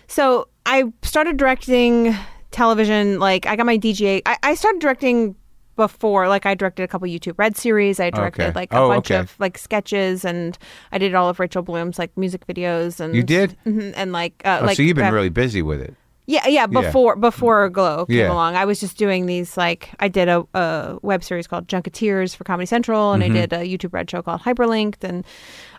So I started directing television. Like I got my DGA. I, I started directing before. Like I directed a couple YouTube Red series. I directed Okay. like a Oh, bunch okay. of like sketches, and I did all of Rachel Bloom's like music videos. And You did? Mhm. and like uh, Oh, like so you've been graph- really busy with it. Yeah, yeah. Before before Glow came Yeah. along, I was just doing these like I did a, a web series called Junketeers for Comedy Central, Mm-hmm. and I did a YouTube Red show called Hyperlinked, and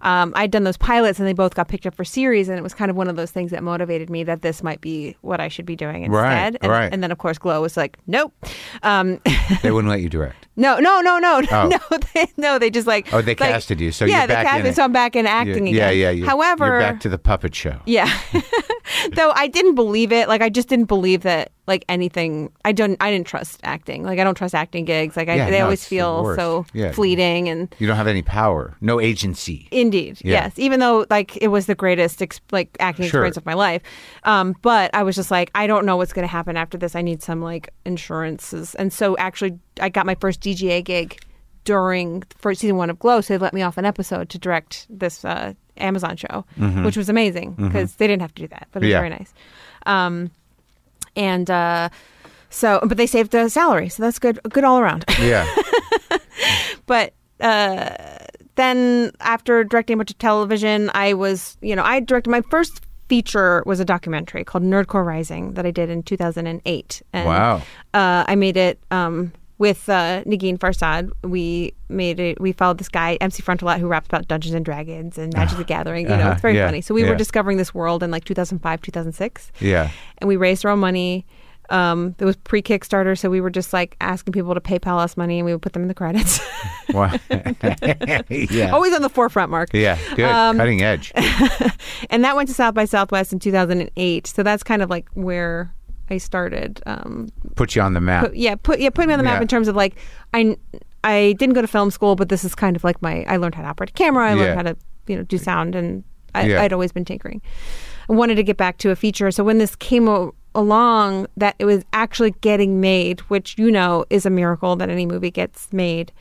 um, I'd done those pilots, and they both got picked up for series, and it was kind of one of those things that motivated me that this might be what I should be doing instead. Right, and, right. and then of course Glow was like, nope, um, They wouldn't let you direct. no, no, no, no, Oh. no, they, no. They just like Oh, they like- casted you, so yeah, you're they back in casted, it. so I'm back in acting yeah, again. yeah, yeah. However, you're back to the puppet show. yeah. Though I didn't believe it. Like I just didn't believe that like anything I don't I didn't trust acting. Like I don't trust acting gigs. Like I, Yeah, they no, always it's the feel worst. so Yeah. fleeting and You don't have any power, no agency. indeed. Yeah. Yes. Even though like it was the greatest ex- like acting Sure. experience of my life. Um but I was just like I don't know what's going to happen after this. I need some like insurances. And so actually I got my first DGA gig during for season 1 of Glow so they let me off an episode to direct this uh Amazon show, which was amazing because they didn't have to do that, but it was Mm-hmm. Yeah. very nice. Um, and uh, so, but they saved the salary, so that's good, good all around. Yeah. but uh, then after directing a bunch of television, I was, you know, I directed my first feature was a documentary called Nerdcore Rising that I did in 2008. And, Wow. Uh, I made it um, with uh, Nagin Farsad. We made it. We followed this guy MC Frontalat who raps about Dungeons and Dragons and Magic the Gathering. You know, Uh-huh. it's very Yeah. funny. So we Yeah. were discovering this world in like 2005, 2006 yeah. and we raised our own money. Um, it was pre Kickstarter, so we were just like asking people to PayPal us money, and we would put them in the credits. Wow. yeah. Always on the forefront, Mark. yeah. Good. Um, Cutting edge. And that went to South by Southwest in 2008. So that's kind of like where I started. Um, Put you on the map. put, yeah, put yeah, put me on the map Yeah. in terms of like I I didn't go to film school, but this is kind of like my I learned how to operate a camera. I Yeah. learned how to you know do sound, and I, Yeah. I'd always been tinkering. I wanted to get back to a feature, so when this came o- along, that it was actually getting made, which you know is a miracle that any movie gets made.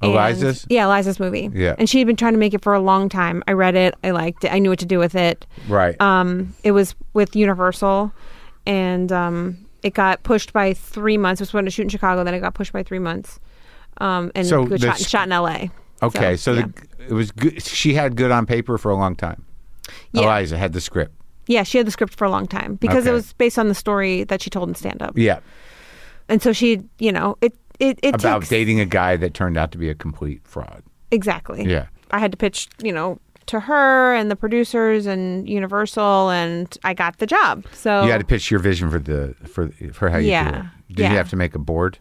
And- Eliza's? yeah, Eliza's movie. Yeah. and she had been trying to make it for a long time. I read it, I liked it, I knew what to do with it. Right. Um, it was with Universal, and um, it got pushed by three months. It was supposed to shoot in Chicago, then it got pushed by three months, um, and So it was shot, this- shot in L.A. okay. So, yeah. the, it was good. She had good on paper for a long time. Yeah. Eliza had the script. yeah, she had the script for a long time because Okay. it was based on the story that she told in stand up, Yeah. and so she, you know, it it it About takes, dating a guy that turned out to be a complete fraud. exactly. Yeah. I had to pitch, you know. To her and the producers and Universal, and I got the job. So You had to pitch your vision for the for for how you do Oh. Yeah. it. Did Yeah. you have to make a board?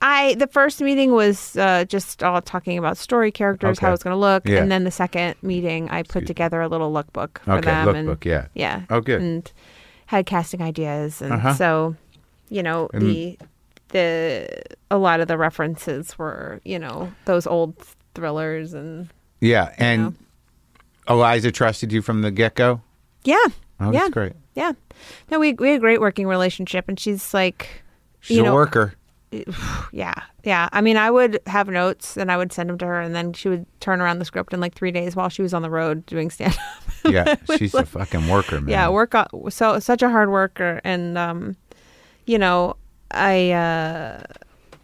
I the first meeting was uh, just all talking about story characters, Okay. how it's going to look, Yeah. and then the second meeting, I put together a little lookbook for Okay, them. lookbook, and, yeah. yeah. Oh, good. And had casting ideas, and Uh-huh. so you know the the a lot of the references were you know those old thrillers and Yeah. And Eliza trusted you from the get go. yeah, Oh, yeah, that's great. yeah. No, we we had a great working relationship, and she's like. She's you a know, worker. Yeah, yeah. I mean, I would have notes and I would send them to her, and then she would turn around the script in like three days while she was on the road doing stand up. Yeah. She's a fucking worker, man. yeah, work o- so such a hard worker, and um, you know, I, uh,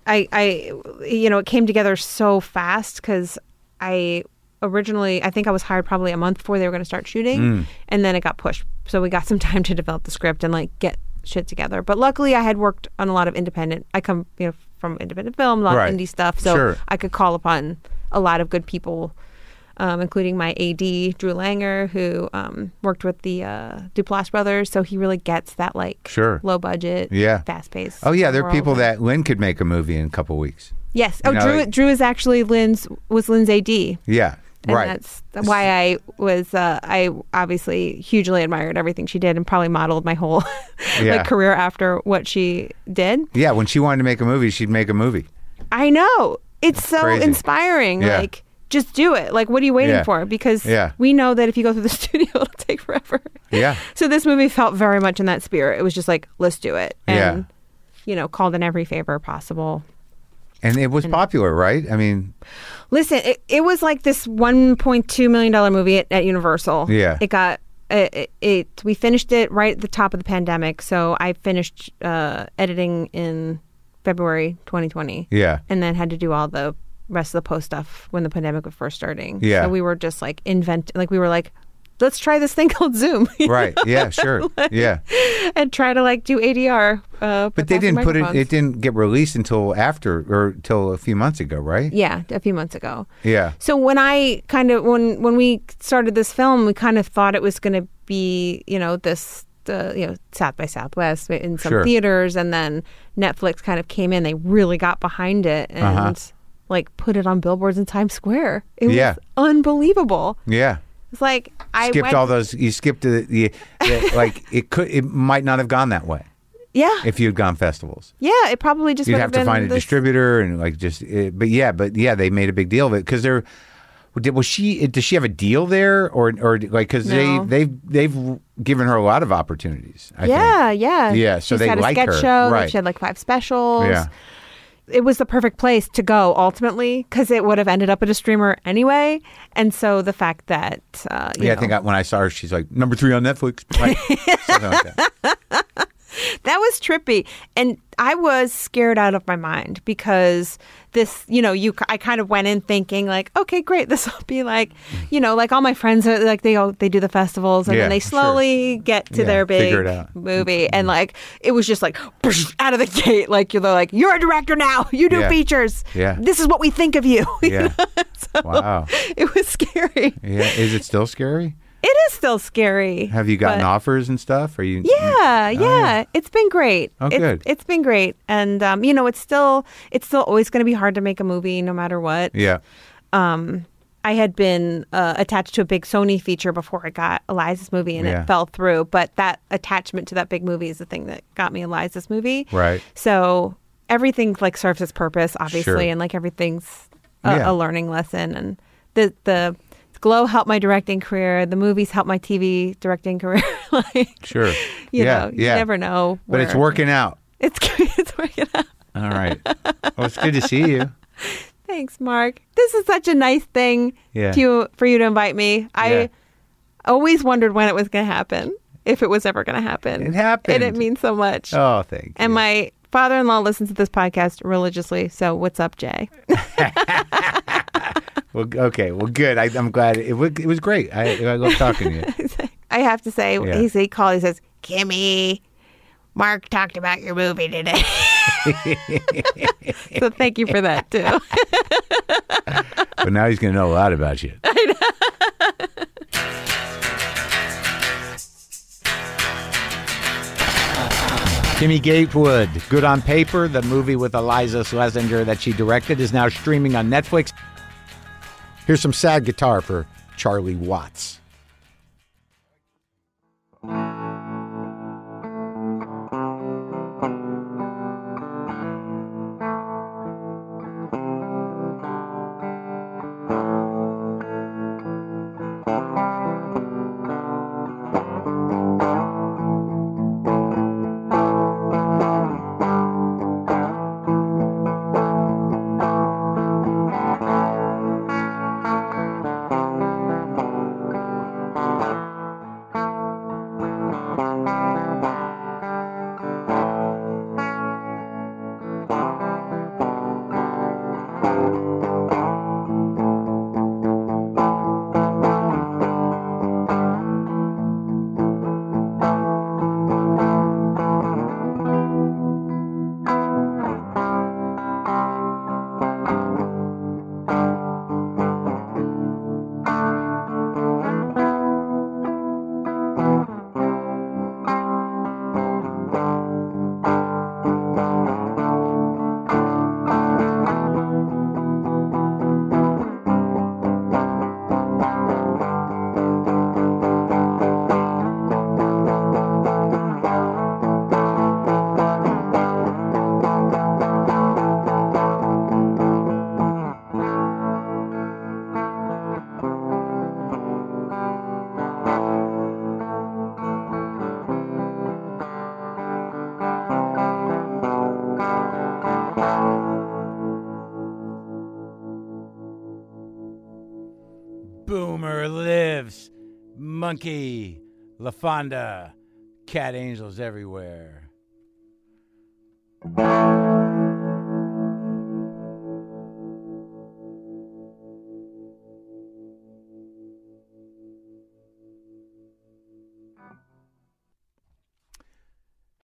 I, I, you know, it came together so fast because I originally I think I was hired probably a month before they were going to start shooting, Mm. and then it got pushed, so we got some time to develop the script and like get shit together. But luckily, I had worked on a lot of independent. I come you know from independent film, a lot Right. of indie stuff, so Sure. I could call upon a lot of good people, um, including my AD Drew Langer, who um, worked with the uh, Duplass brothers. So he really gets that like Sure. low budget, Yeah. fast paced. Oh yeah, there are people that Lynn could make a movie in a couple weeks. yes. you Oh, know, Drew like- Drew is actually Lynn's was Lynn's AD. Yeah, And right. that's why I was uh, I obviously hugely admired everything she did and probably modeled my whole Yeah. like career after what she did. yeah, when she wanted to make a movie, she'd make a movie. I know. It's so Crazy. inspiring. Yeah. Like, just do it. Like, what are you waiting Yeah. for? Because Yeah. we know that if you go through the studio, it'll take forever. Yeah. So this movie felt very much in that spirit. It was just like, let's do it. Yeah. And, you know, called in every favor possible. And it was popular, right? I mean, Listen, it, it was like this $1.2 million movie at, at Universal. Yeah. It got. uh, It, it, it we finished it right at the top of the pandemic so i finished uh, editing in february 2020 yeah, and then had to do all the rest of the post stuff when the pandemic was first starting. Yeah. So we were just like invent like we were like let's try this thing called Zoom. Right. Yeah. Sure. Yeah. and try to like do ADR. Uh, But they didn't put it. It didn't get released until after or till a few months ago, right? Yeah, a few months ago. Yeah. So when I kind of when when we started this film, we kind of thought it was going to be you know this the you know South by Southwest in some Sure. theaters, and then Netflix kind of came in. They really got behind it and Uh-huh. like put it on billboards in Times Square. It Yeah. was unbelievable. Yeah. It's like I Skipped went, all those. You skipped the, the, the like it could. It might not have gone that way yeah if you'd gone festivals. yeah. It probably just You'd would have to been find a this- distributor and like just. It, but yeah. But yeah, they made a big deal of it because they're. Did, was she? eh, Does she have a deal there, or or like because they No. they they've given her a lot of opportunities. I Yeah, Think. yeah, Yeah, so She's they had a like sketch her. show. Right. She had like five specials. Yeah. it was the perfect place to go ultimately because it would have ended up at a streamer anyway. And so the fact that uh, you Yeah, I know, think I, when I saw her, she's like number three on Netflix. Like, something like that. that was trippy, and I was scared out of my mind because this, you know, you I kind of went in thinking like, okay, great, this will be like, you know, like all my friends are like they all they do the festivals and Yeah, then they sure. slowly get to Yeah, their big figure it out. Mm-hmm. movie, and like it was just like out of the gate, like you're like you're a director now, you do Yeah. features, Yeah. this is what we think of you. you Yeah. know? So- Wow. it was scary. Yeah. Is it still scary? It is still scary. Have you gotten but- offers and stuff? Are you? Yeah, yeah, It's been great. Mm. Oh, It's- good. It's been great, and um, you know, it's still it's still always going to be hard to make a movie, no matter what. Yeah. I had been uh, attached to a big Sony feature before I got Eliza's movie, and Yeah. it fell through. But that attachment to that big movie is the thing that got me Eliza's movie. Right. So everything like serves its purpose, obviously, Sure. and like everything's a, Yeah. a learning lesson. And the the glow helped my directing career. The movies helped my TV directing career. like, Sure. you yeah. know, yeah. you never know. But it's where- working out. It's it's working out. All right. well, it's good to see you. Thanks, Mark. This is such a nice thing Yeah. to for you to invite me. I Yeah. always wondered when it was going to happen, if it was ever going to happen. It happened. and it means so much. Oh, thank you. and my father-in-law listens to this podcast religiously. So what's up, Jay? well, okay. Well, good. I, I'm glad it, wa- it was great. I, I love talking to you. I have to say, Yeah. he he called. He says, "Kimmy, Mark talked about your movie today." so thank you for that too. But now he's going to know a lot about you. Kimmy Gatewood, Good on Paper, the movie with Eliza Schlesinger that she directed, is now streaming on Netflix. Here's some sad guitar for Charlie Watts. Boomer lives. Monkey, LaFonda, cat angels everywhere.